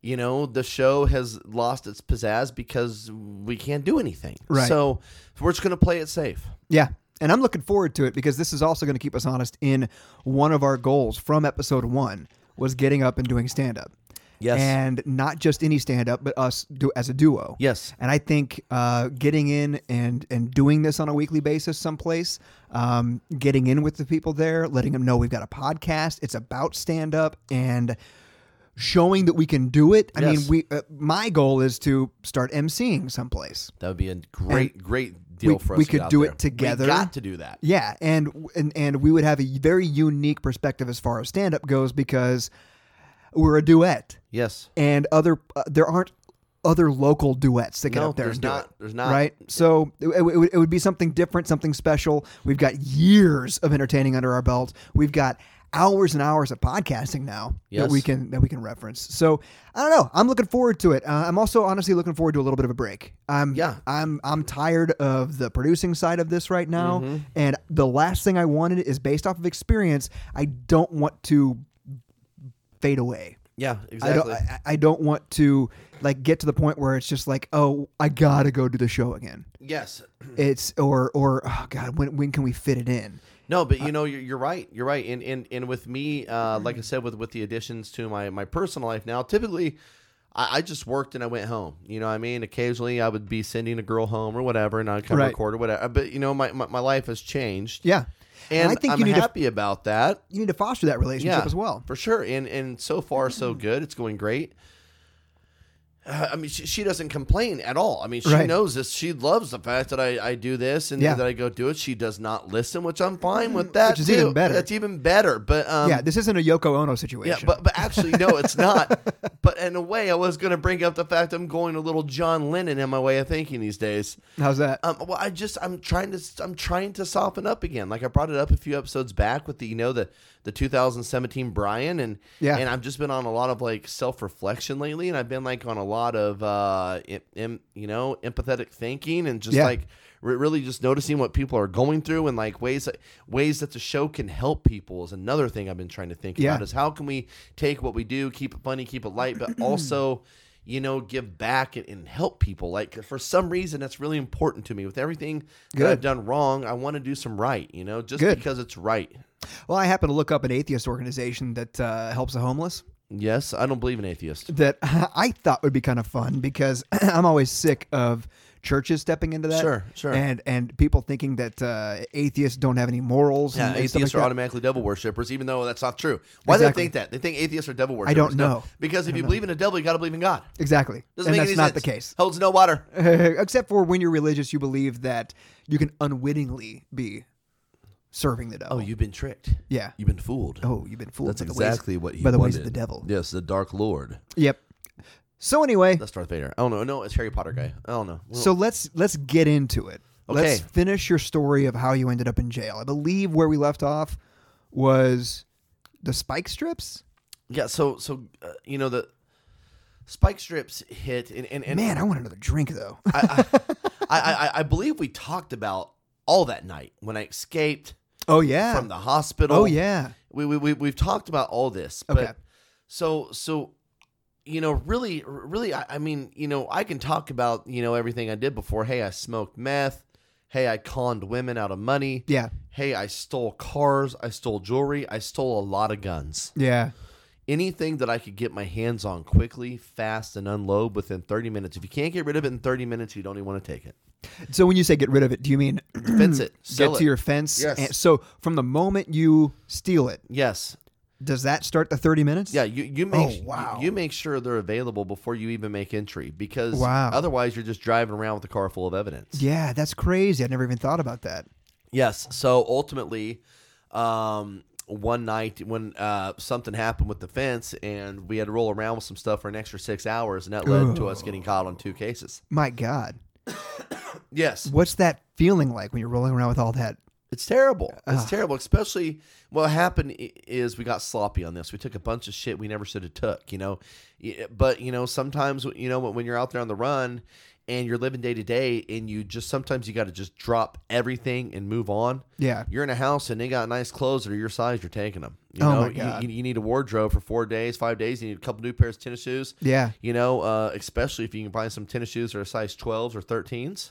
Speaker 1: you know the show has lost its pizzazz because we can't do anything.
Speaker 2: Right.
Speaker 1: So we're just going to play it safe.
Speaker 2: Yeah. And I'm looking forward to it because this is also going to keep us honest in one of our goals from episode one was getting up and doing stand up.
Speaker 1: Yes.
Speaker 2: And not just any stand up, but us do as a duo.
Speaker 1: Yes.
Speaker 2: And I think uh, getting in and and doing this on a weekly basis someplace, um, getting in with the people there, letting them know we've got a podcast. It's about stand up and showing that we can do it. I
Speaker 1: Yes.
Speaker 2: mean, we uh, my goal is to start emceeing someplace.
Speaker 1: That would be a great, great deal
Speaker 2: we-
Speaker 1: for us.
Speaker 2: we
Speaker 1: to
Speaker 2: could
Speaker 1: get out
Speaker 2: do it
Speaker 1: there.
Speaker 2: together.
Speaker 1: We got to do that.
Speaker 2: Yeah, and and and we would have a very unique perspective as far as stand up goes because we're a duet,
Speaker 1: Yes.
Speaker 2: and other uh, there aren't other local duets that get
Speaker 1: No,
Speaker 2: up there.
Speaker 1: there's
Speaker 2: and do
Speaker 1: not-
Speaker 2: it,
Speaker 1: there's not.
Speaker 2: right. So it, it, would- it would be something different, something special. We've got years of entertaining under our belt. We've got hours and hours of podcasting now
Speaker 1: Yes.
Speaker 2: that we can that we can reference. So I don't know. I'm looking forward to it. Uh, I'm also honestly looking forward to a little bit of a break. I'm
Speaker 1: Yeah.
Speaker 2: I'm I'm tired of the producing side of this right now,
Speaker 1: Mm-hmm.
Speaker 2: and the last thing I wanted is based off of experience. I don't want to fade away.
Speaker 1: Yeah,
Speaker 2: I don't,
Speaker 1: exactly.
Speaker 2: I, I don't want to like get to the point where it's just like, oh, I gotta go do the show again.
Speaker 1: yes.
Speaker 2: It's or or oh god, when when can we fit it in?
Speaker 1: No, but you know, you're, you're right. You're right. And and and with me, uh, like I said, with with the additions to my my personal life now, typically. I I just worked and I went home. You know what I mean? Occasionally I would be sending a girl home or whatever and I'd come
Speaker 2: Right.
Speaker 1: record or whatever. But, you know, my, my, my life has changed.
Speaker 2: Yeah,
Speaker 1: And,
Speaker 2: I think
Speaker 1: I'm
Speaker 2: you need
Speaker 1: happy about that.
Speaker 2: to you need to foster that relationship as well.
Speaker 1: for sure. And and so far so good. It's going great. Uh, I mean, she, she doesn't complain at all. I mean, she
Speaker 2: Right.
Speaker 1: knows this. She loves the fact that I, I do this and
Speaker 2: Yeah.
Speaker 1: that I go do it. She does not listen, which I'm fine with that.
Speaker 2: Which is
Speaker 1: too.
Speaker 2: even better.
Speaker 1: That's even better. But um,
Speaker 2: yeah, this isn't a Yoko Ono
Speaker 1: yeah,
Speaker 2: situation.
Speaker 1: but but actually, no, it's not. but in a way, I was going to bring up the fact I'm going a little John Lennon in my way of thinking these days.
Speaker 2: how's that?
Speaker 1: Um, well, I just I'm trying to I'm trying to soften up again. Like I brought it up a few episodes back with the you know the the 2017 Brian and
Speaker 2: Yeah.
Speaker 1: and I've just been on a lot of like self reflection lately, and I've been like on a lot of uh em, em- you know empathetic thinking and just
Speaker 2: Yeah.
Speaker 1: like re- really just noticing what people are going through and like ways that ways that the show can help people is another thing I've been trying to think
Speaker 2: Yeah.
Speaker 1: about is how can we take what we do, keep it funny, keep it light, but also, you know, give back and, and help people. Like for some reason, that's really important to me. With everything that I've
Speaker 2: Good.
Speaker 1: done wrong, I want to do some right. You know, just
Speaker 2: Good.
Speaker 1: because it's right.
Speaker 2: well, I happen to look up an atheist organization that uh, helps the homeless.
Speaker 1: Yes, I don't believe in atheists.
Speaker 2: that I thought would be kind of fun because I'm always sick of churches stepping into that.
Speaker 1: Sure, sure.
Speaker 2: And and people thinking that uh, atheists don't have any morals.
Speaker 1: Yeah,
Speaker 2: and, and stuff
Speaker 1: atheists
Speaker 2: like
Speaker 1: are
Speaker 2: that.
Speaker 1: automatically devil worshippers, even though that's not true. Why do they
Speaker 2: Exactly.
Speaker 1: think that? They think atheists are devil worshippers.
Speaker 2: don't
Speaker 1: No,
Speaker 2: know.
Speaker 1: because if you believe in a devil, you got to believe in God.
Speaker 2: Exactly.
Speaker 1: Doesn't
Speaker 2: and
Speaker 1: make
Speaker 2: that's
Speaker 1: any
Speaker 2: not
Speaker 1: sense.
Speaker 2: the case.
Speaker 1: Holds no water.
Speaker 2: Except for when you're religious, you believe that you can unwittingly be serving the devil.
Speaker 1: Oh, you've been tricked.
Speaker 2: Yeah.
Speaker 1: You've been fooled.
Speaker 2: Oh, you've been fooled.
Speaker 1: That's
Speaker 2: by the ways-
Speaker 1: exactly what he
Speaker 2: by the
Speaker 1: wanted.
Speaker 2: ways of the devil.
Speaker 1: Yes, the Dark Lord.
Speaker 2: Yep. So anyway,
Speaker 1: That's Darth Vader. I don't know. No, it's Harry Potter guy. I don't know.
Speaker 2: So let's let's get into it. Let's
Speaker 1: Okay.
Speaker 2: finish your story of how you ended up in jail. I believe where we left off was the spike strips.
Speaker 1: yeah. So so uh, you know the spike strips hit and and, and
Speaker 2: Man, I want another drink though.
Speaker 1: I, I, I I I believe we talked about all that night when I escaped
Speaker 2: oh yeah.
Speaker 1: from the hospital.
Speaker 2: oh yeah.
Speaker 1: We we, we we've talked about all this. But
Speaker 2: Okay.
Speaker 1: So so you know really really I, I mean you know I can talk about you know everything I did before. Hey, I smoked meth. Hey, I conned women out of money.
Speaker 2: Yeah.
Speaker 1: hey, I stole cars, I stole jewelry, I stole a lot of guns.
Speaker 2: Yeah.
Speaker 1: Anything that I could get my hands on quickly, fast, and unload within 30 minutes. If you can't get rid of it in 30 minutes, you don't even want to take it.
Speaker 2: So when you say get rid of it, do you mean
Speaker 1: Fence it. Sell
Speaker 2: Hmm. get
Speaker 1: it.
Speaker 2: to your fence?
Speaker 1: Yes.
Speaker 2: And so from the moment you steal it,
Speaker 1: Yes.
Speaker 2: does that start the 30 minutes?
Speaker 1: Yeah, you, you make
Speaker 2: Oh, wow.
Speaker 1: you make sure they're available before you even make entry because
Speaker 2: Wow.
Speaker 1: otherwise you're just driving around with a car full of evidence.
Speaker 2: Yeah, that's crazy. I never even thought about that.
Speaker 1: Yes. So ultimately, um, one night when uh, something happened with the fence and we had to roll around with some stuff for an extra six hours, and that led to us getting caught on two cases.
Speaker 2: My God.
Speaker 1: Yes.
Speaker 2: What's that feeling like when you're rolling around with all that
Speaker 1: It's terrible.
Speaker 2: Ah.
Speaker 1: It's terrible, especially what happened i- is we got sloppy on this. We took a bunch of shit we never should have took, you know. Y- But you know, sometimes you know when you're out there on the run and you're living day to day, and you just sometimes you got to just drop everything and move on.
Speaker 2: Yeah.
Speaker 1: you're in a house and they got nice clothes that are your size. You're taking them. You
Speaker 2: Oh
Speaker 1: know?
Speaker 2: my
Speaker 1: You-
Speaker 2: God.
Speaker 1: You, you need a wardrobe for four days, five days. You need a couple new pairs of tennis shoes.
Speaker 2: Yeah.
Speaker 1: you know, uh, especially if you can find some tennis shoes that are size 12s or 13s.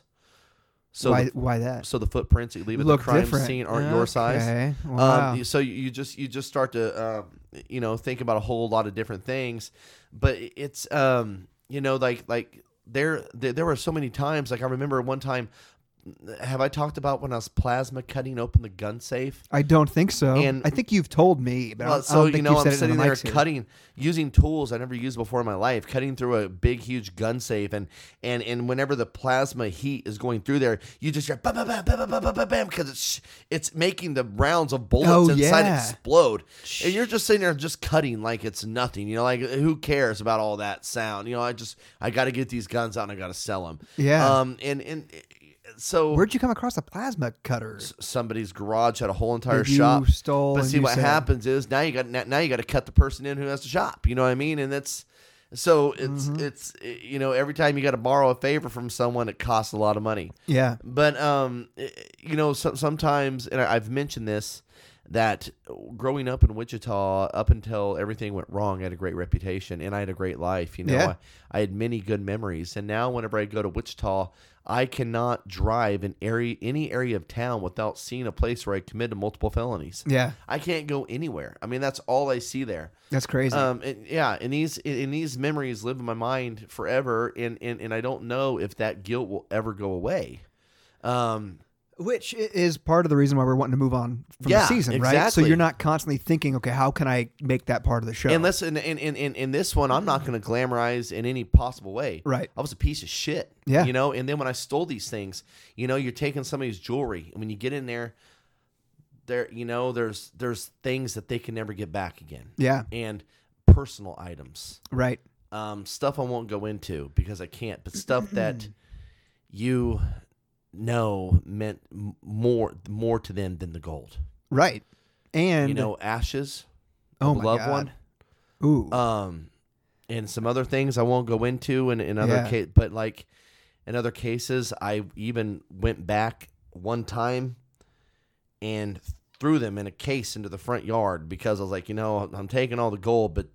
Speaker 1: So
Speaker 2: why?
Speaker 1: the-
Speaker 2: why that?
Speaker 1: so the footprints that you leave at
Speaker 2: Look
Speaker 1: the crime
Speaker 2: different.
Speaker 1: scene aren't your size.
Speaker 2: Okay, wow.
Speaker 1: Um, so you- you just you just start to um, you know think about a whole lot of different things, but it's um, you know like like there, there there were so many times like I remember one time. Have I talked about when I was plasma cutting open the gun safe?
Speaker 2: I don't think so.
Speaker 1: And-
Speaker 2: I think you've told me, but I
Speaker 1: Well,
Speaker 2: don't, I
Speaker 1: so
Speaker 2: don't think
Speaker 1: you know,
Speaker 2: you've said
Speaker 1: I'm
Speaker 2: it in
Speaker 1: sitting
Speaker 2: the
Speaker 1: there
Speaker 2: mics here.
Speaker 1: cutting, using tools I never used before in my life, cutting through a big, huge gun safe, and and and whenever the plasma heat is going through there, you just hear bam, bam, bam, bam, bam, bam, bam, bam, because it's it's making the rounds of bullets
Speaker 2: Oh,
Speaker 1: inside
Speaker 2: yeah.
Speaker 1: explode, and you're just sitting there just cutting like it's nothing. You know, like who cares about all that sound? You know, I just I got to get these guns out and I got to sell them.
Speaker 2: Yeah.
Speaker 1: Um. And and so
Speaker 2: Where'd you come across a plasma cutter?
Speaker 1: somebody's garage had a whole entire
Speaker 2: That you
Speaker 1: shop.
Speaker 2: stole
Speaker 1: but
Speaker 2: and
Speaker 1: see
Speaker 2: you
Speaker 1: what
Speaker 2: said-
Speaker 1: happens is now you got now, now you got to cut the person in who has the shop. You know what I mean? And that's so it's
Speaker 2: Mm-hmm.
Speaker 1: it's you know every time you got to borrow a favor from someone, it costs a lot of money.
Speaker 2: Yeah.
Speaker 1: But um, i- you know, so, sometimes, and I- I've mentioned this that growing up in Wichita, up until everything went wrong, I had a great reputation and I had a great life. You know,
Speaker 2: Yeah.
Speaker 1: I, I had many good memories, and now whenever I go to Wichita, I cannot drive in area any area of town without seeing a place where I committed multiple felonies.
Speaker 2: Yeah.
Speaker 1: I can't go anywhere. I mean, that's all I see there.
Speaker 2: That's crazy.
Speaker 1: Um, and, yeah, and these and these memories live in my mind forever, and, and and I don't know if that guilt will ever go away. Um,
Speaker 2: Which i- is part of the reason why we're wanting to move on from
Speaker 1: Yeah,
Speaker 2: the season, right? So
Speaker 1: exactly.
Speaker 2: you're not constantly thinking, okay, how can I make that part of the show?
Speaker 1: and listen, in in, in in this one, I'm not going to glamorize in any possible way.
Speaker 2: Right.
Speaker 1: I was a piece of shit.
Speaker 2: Yeah.
Speaker 1: you know. And then when I stole these things, you know, you're taking somebody's jewelry, and when you get in there, there, you know, there's there's things that they can never get back again.
Speaker 2: yeah,
Speaker 1: and personal items.
Speaker 2: right.
Speaker 1: um, stuff I won't go into because I can't, but stuff that you know meant m- more more to them than the gold.
Speaker 2: Right. And
Speaker 1: you know, ashes,
Speaker 2: oh
Speaker 1: of a
Speaker 2: my
Speaker 1: loved
Speaker 2: God.
Speaker 1: one,
Speaker 2: Ooh.
Speaker 1: um, and some other things I won't go into, and in other
Speaker 2: Yeah.
Speaker 1: case, but like in other cases, I even went back one time and threw them in a case into the front yard because I was like, you know, I'm taking all the gold, but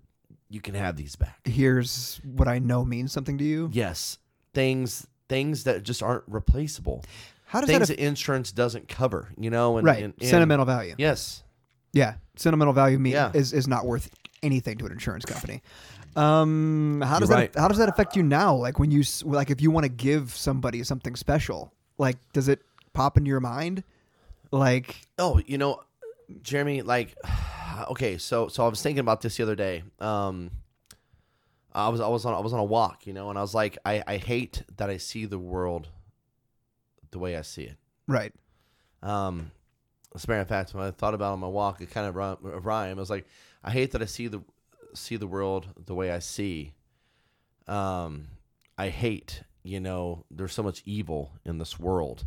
Speaker 1: you can have these back.
Speaker 2: Here's what I know means something to you.
Speaker 1: Yes, things things that just aren't replaceable.
Speaker 2: How does
Speaker 1: Things
Speaker 2: that
Speaker 1: that insurance doesn't cover, you know, and,
Speaker 2: right?
Speaker 1: and- and-
Speaker 2: sentimental value. Yeah.
Speaker 1: Yes.
Speaker 2: Sentimental value mean,
Speaker 1: Yeah.
Speaker 2: is is not worth anything to an insurance company. Um, how does
Speaker 1: You're
Speaker 2: that
Speaker 1: right.
Speaker 2: how does that affect you now? Like when you s- like if you want to give somebody something special, like does it pop into your mind? Like
Speaker 1: Oh, you know, Jeremy, like okay, so so I was thinking about this the other day. Um I was I was on I was on a walk, you know, and I was like I I hate that I see the world the way I see it.
Speaker 2: right?
Speaker 1: Um, as a matter of fact, when I thought about it on my walk, it kind of rhyme, rhyme. I was like, I hate that I see the see the world the way I see. Um, I hate, you know, there's so much evil in this world,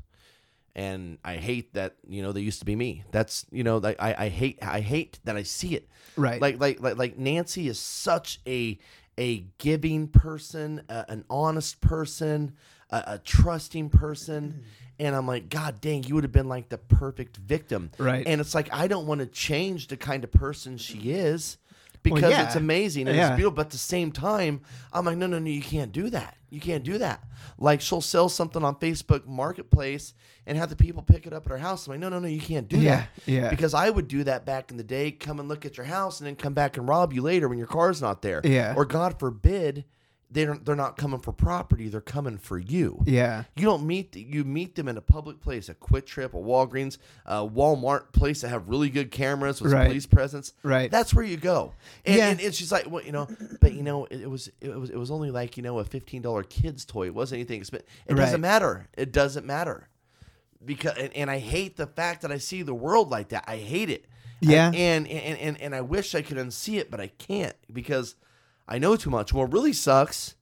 Speaker 1: and I hate that you know they used to be me. That's you know, like I, I hate I hate that I see it.
Speaker 2: Right.
Speaker 1: Like like like like Nancy is such a a giving person, a, an honest person, a, a trusting
Speaker 2: Mm.
Speaker 1: person. And I'm like, God dang, you would have been like the perfect victim.
Speaker 2: Right.
Speaker 1: And it's like, I don't want to change the kind of person she is because
Speaker 2: yeah.
Speaker 1: it's amazing and
Speaker 2: Yeah.
Speaker 1: it's beautiful. But at the same time, I'm like, no, no, no, you can't do that. You can't do that. Like, she'll sell something on Facebook Marketplace and have the people pick it up at her house. I'm like, no, no, no, you can't do
Speaker 2: Yeah,
Speaker 1: that.
Speaker 2: yeah.
Speaker 1: Because I would do that back in the day come and look at your house and then come back and rob you later when your car's not there.
Speaker 2: Yeah.
Speaker 1: Or God forbid, they're they're not coming for property. They're coming for you.
Speaker 2: Yeah.
Speaker 1: You don't meet you meet them in a public place, a Quit Trip, a Walgreens, a Walmart place that have really good cameras with some
Speaker 2: Right.
Speaker 1: police presence.
Speaker 2: Right.
Speaker 1: That's where you go. And,
Speaker 2: Yeah.
Speaker 1: and, and she's like, well, you know, but you know, it, it was it was it was only like you know a fifteen dollar kids toy. It wasn't anything. expen- It
Speaker 2: Right.
Speaker 1: doesn't matter. It doesn't matter because and, and I hate the fact that I see the world like that. I hate it.
Speaker 2: Yeah.
Speaker 1: I- and, and and and I wish I could unsee it, but I can't because I know too much. What really sucks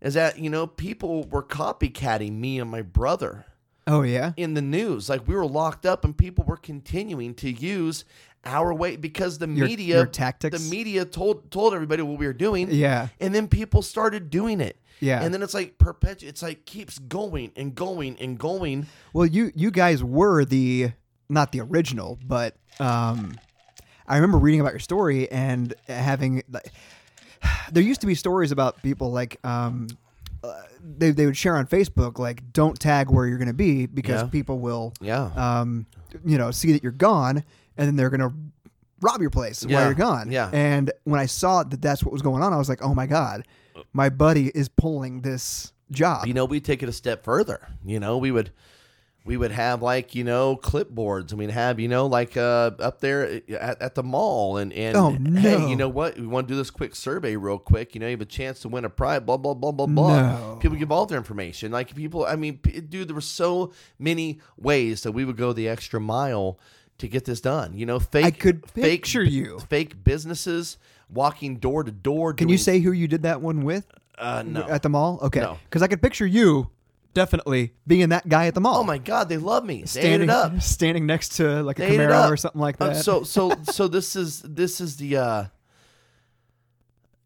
Speaker 1: is that you know people were copycatting me and my brother.
Speaker 2: Oh yeah.
Speaker 1: in the news. Like we were locked up and people were continuing to use our way because the
Speaker 2: Your-
Speaker 1: media
Speaker 2: your tactics?
Speaker 1: The media told told everybody what we were doing.
Speaker 2: Yeah.
Speaker 1: And then people started doing it.
Speaker 2: Yeah.
Speaker 1: And then it's like perpetu it's like keeps going and going and going.
Speaker 2: Well, you you guys were the not the original, but um, I remember reading about your story and having like, there used to be stories about people like um, uh, they they would share on Facebook like don't tag where you're going to be because
Speaker 1: Yeah.
Speaker 2: people will
Speaker 1: Yeah.
Speaker 2: um, you know see that you're gone and then they're going to rob your place while
Speaker 1: Yeah.
Speaker 2: you're gone
Speaker 1: Yeah.
Speaker 2: and when I saw that that's what was going on I was like oh my god my buddy is pulling this job
Speaker 1: you know, we'd take it a step further. You know, we would we would have like, you know, clipboards and we'd have, you know, like uh up there at, at the mall and and
Speaker 2: Oh, no.
Speaker 1: hey, you know what? We want to do this quick survey real quick. You know, you have a chance to win a prize, blah blah blah blah blah.
Speaker 2: No.
Speaker 1: People give all their information. Like people, I mean, p- dude, there were so many ways that we would go the extra mile to get this done. You know, fake
Speaker 2: could
Speaker 1: fake
Speaker 2: picture
Speaker 1: bu-
Speaker 2: you.
Speaker 1: Fake businesses walking door to door.
Speaker 2: Can you say who you did that one with?
Speaker 1: uh, no?
Speaker 2: At the mall? Okay.
Speaker 1: No.
Speaker 2: Because I could picture you definitely being that guy at the mall.
Speaker 1: Oh my God, they love me. They ate
Speaker 2: standing
Speaker 1: it up.
Speaker 2: standing next to like a
Speaker 1: They ate it
Speaker 2: Camaro
Speaker 1: up.
Speaker 2: or something like
Speaker 1: Uh,
Speaker 2: that.
Speaker 1: so so so this is this is the uh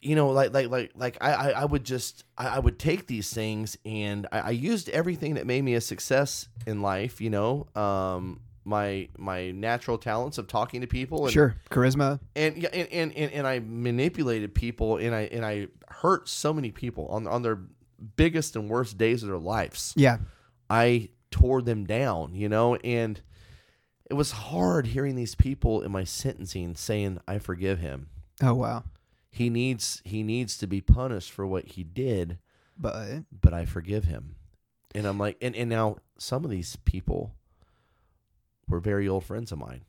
Speaker 1: you know like like like like I I, I would just I, I would take these things and I, I used everything that made me a success in life. You know, um my my natural talents of talking to people and
Speaker 2: sure, charisma.
Speaker 1: and yeah, and, and, and, and I manipulated people and I and I hurt so many people on on their biggest and worst days of their lives.
Speaker 2: Yeah.
Speaker 1: I tore them down, you know, and it was hard hearing these people in my sentencing saying, I forgive him.
Speaker 2: Oh wow.
Speaker 1: He needs he needs to be punished for what he did,
Speaker 2: But
Speaker 1: but I forgive him. And I'm like and, and now some of these people were very old friends of mine.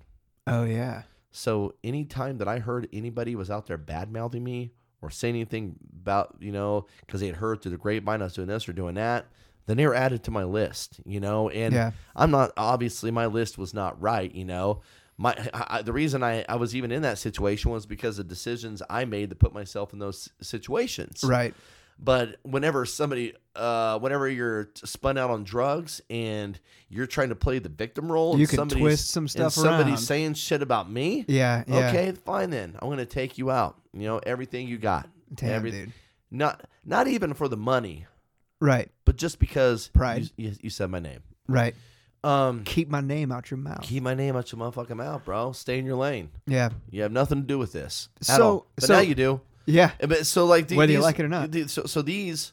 Speaker 2: oh yeah.
Speaker 1: So anytime that I heard anybody was out there bad mouthing me or saying anything about, you know, because they had heard through the grapevine I was doing this or doing that, then they were added to my list, you know. And
Speaker 2: Yeah.
Speaker 1: I'm not obviously my list was not right, you know. My I, I, the reason I, I was even in that situation was because of decisions I made to put myself in those situations.
Speaker 2: Right.
Speaker 1: But whenever somebody, uh, whenever you're t- spun out on drugs and you're trying to play the victim role,
Speaker 2: You
Speaker 1: and
Speaker 2: can
Speaker 1: somebody's-
Speaker 2: twist some
Speaker 1: and
Speaker 2: stuff
Speaker 1: somebody's
Speaker 2: around.
Speaker 1: saying shit about me,
Speaker 2: Yeah. Yeah.
Speaker 1: Okay, fine then. I'm gonna take you out. You know everything you got.
Speaker 2: Damn,
Speaker 1: Every-
Speaker 2: dude.
Speaker 1: Not not even for the money,
Speaker 2: Right.
Speaker 1: but just because
Speaker 2: Pride.
Speaker 1: You, you, you said my name.
Speaker 2: Right.
Speaker 1: Um,
Speaker 2: Keep my name out your mouth.
Speaker 1: keep my name out your motherfucking mouth, bro. Stay in your lane.
Speaker 2: yeah.
Speaker 1: You have nothing to do with this. At
Speaker 2: So-
Speaker 1: all. but
Speaker 2: so-
Speaker 1: now you do.
Speaker 2: Yeah.
Speaker 1: And But so like the-
Speaker 2: Whether you
Speaker 1: these-
Speaker 2: like it or not.
Speaker 1: the- so, so these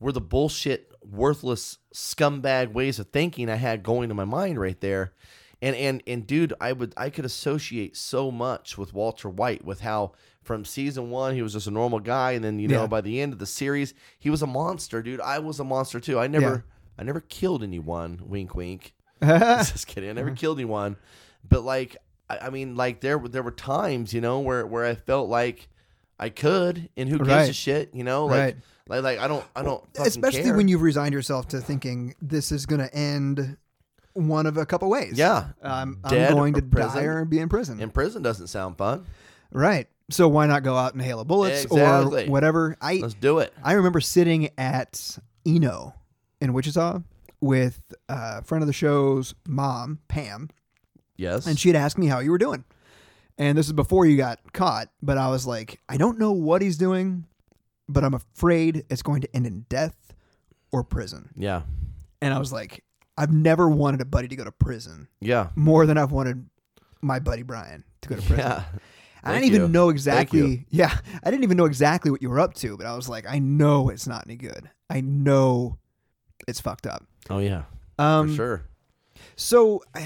Speaker 1: were the bullshit, worthless, scumbag ways of thinking I had going in my mind right there. And and and dude, I would I could associate so much with Walter White with how from season one he was just a normal guy, and then you know
Speaker 2: Yeah.
Speaker 1: by the end of the series he was a monster, dude. I was a monster too. I never I never killed anyone. Wink, wink. Just kidding. I never
Speaker 2: Uh-huh.
Speaker 1: killed anyone, but like I, I mean, like there were- there were times you know where where I felt like I could, and who gives a
Speaker 2: Right.
Speaker 1: shit, you know? Like,
Speaker 2: Right.
Speaker 1: like, like I don't, I don't. fucking
Speaker 2: Especially
Speaker 1: care.
Speaker 2: when you've resigned yourself to thinking this is going to end one of a couple ways.
Speaker 1: Yeah.
Speaker 2: Um,
Speaker 1: Dead
Speaker 2: I'm going
Speaker 1: or
Speaker 2: to die
Speaker 1: prison.
Speaker 2: or be in prison.
Speaker 1: in prison doesn't sound fun.
Speaker 2: Right. So why not go out and hail a bullets
Speaker 1: Exactly.
Speaker 2: or whatever? I
Speaker 1: Let's do it.
Speaker 2: I remember sitting at Eno in Wichita with uh, friend of the show's mom, Pam,
Speaker 1: Yes.
Speaker 2: and she had asked me how you were doing. And this is before you got caught, but I was like, I don't know what he's doing, but I'm afraid it's going to end in death or prison.
Speaker 1: yeah.
Speaker 2: And I was like, I've never wanted a buddy to go to prison
Speaker 1: Yeah.
Speaker 2: more than I've wanted my buddy Brian to go to prison.
Speaker 1: Yeah.
Speaker 2: I
Speaker 1: Thank
Speaker 2: didn't even
Speaker 1: you.
Speaker 2: know
Speaker 1: Thank you.
Speaker 2: exactly. Yeah, I didn't even know exactly what you were up to, but I was like, I know it's not any good. I know it's fucked up.
Speaker 1: Oh yeah.
Speaker 2: Um,
Speaker 1: For sure.
Speaker 2: So,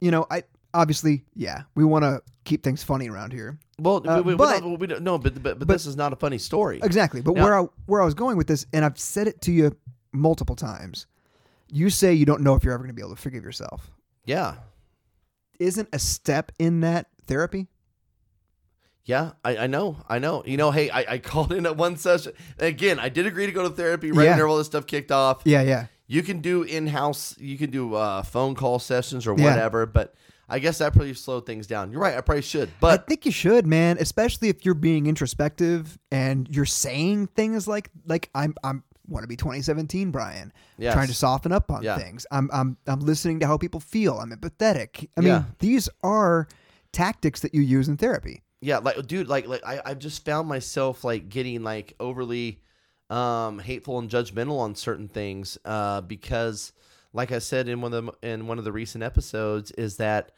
Speaker 2: you know, I obviously, yeah, we want to keep things funny around here.
Speaker 1: Well,
Speaker 2: uh,
Speaker 1: we, we,
Speaker 2: but-
Speaker 1: we don't, we don't, no, but, but, but this is not a funny story.
Speaker 2: Exactly. But
Speaker 1: Now-
Speaker 2: where I where I was going with this, and I've said it to you multiple times, you say you don't know if you're ever going to be able to forgive yourself.
Speaker 1: Yeah.
Speaker 2: Isn't a step in that therapy?
Speaker 1: Yeah, I, I know, I know. You know, hey, I, I called in at one session. Again, I did agree to go to therapy right
Speaker 2: Yeah.
Speaker 1: after all this stuff kicked off.
Speaker 2: Yeah, yeah.
Speaker 1: you can do in-house you can do uh, phone call sessions or
Speaker 2: Yeah.
Speaker 1: whatever but i guess that probably slowed things down you're right i probably should
Speaker 2: I
Speaker 1: but
Speaker 2: think you should, man, especially if you're being introspective and you're saying things like like I'm I'm want to be 2017 Brian.
Speaker 1: Yes.
Speaker 2: Trying to soften up on
Speaker 1: Yeah.
Speaker 2: things. I'm I'm I'm listening to how people feel. I'm empathetic. I
Speaker 1: Yeah.
Speaker 2: mean, these are tactics that you use in therapy.
Speaker 1: yeah like dude like like I, i've just found myself like getting like overly um hateful and judgmental on certain things uh because like i said in one of the in one of the recent episodes is that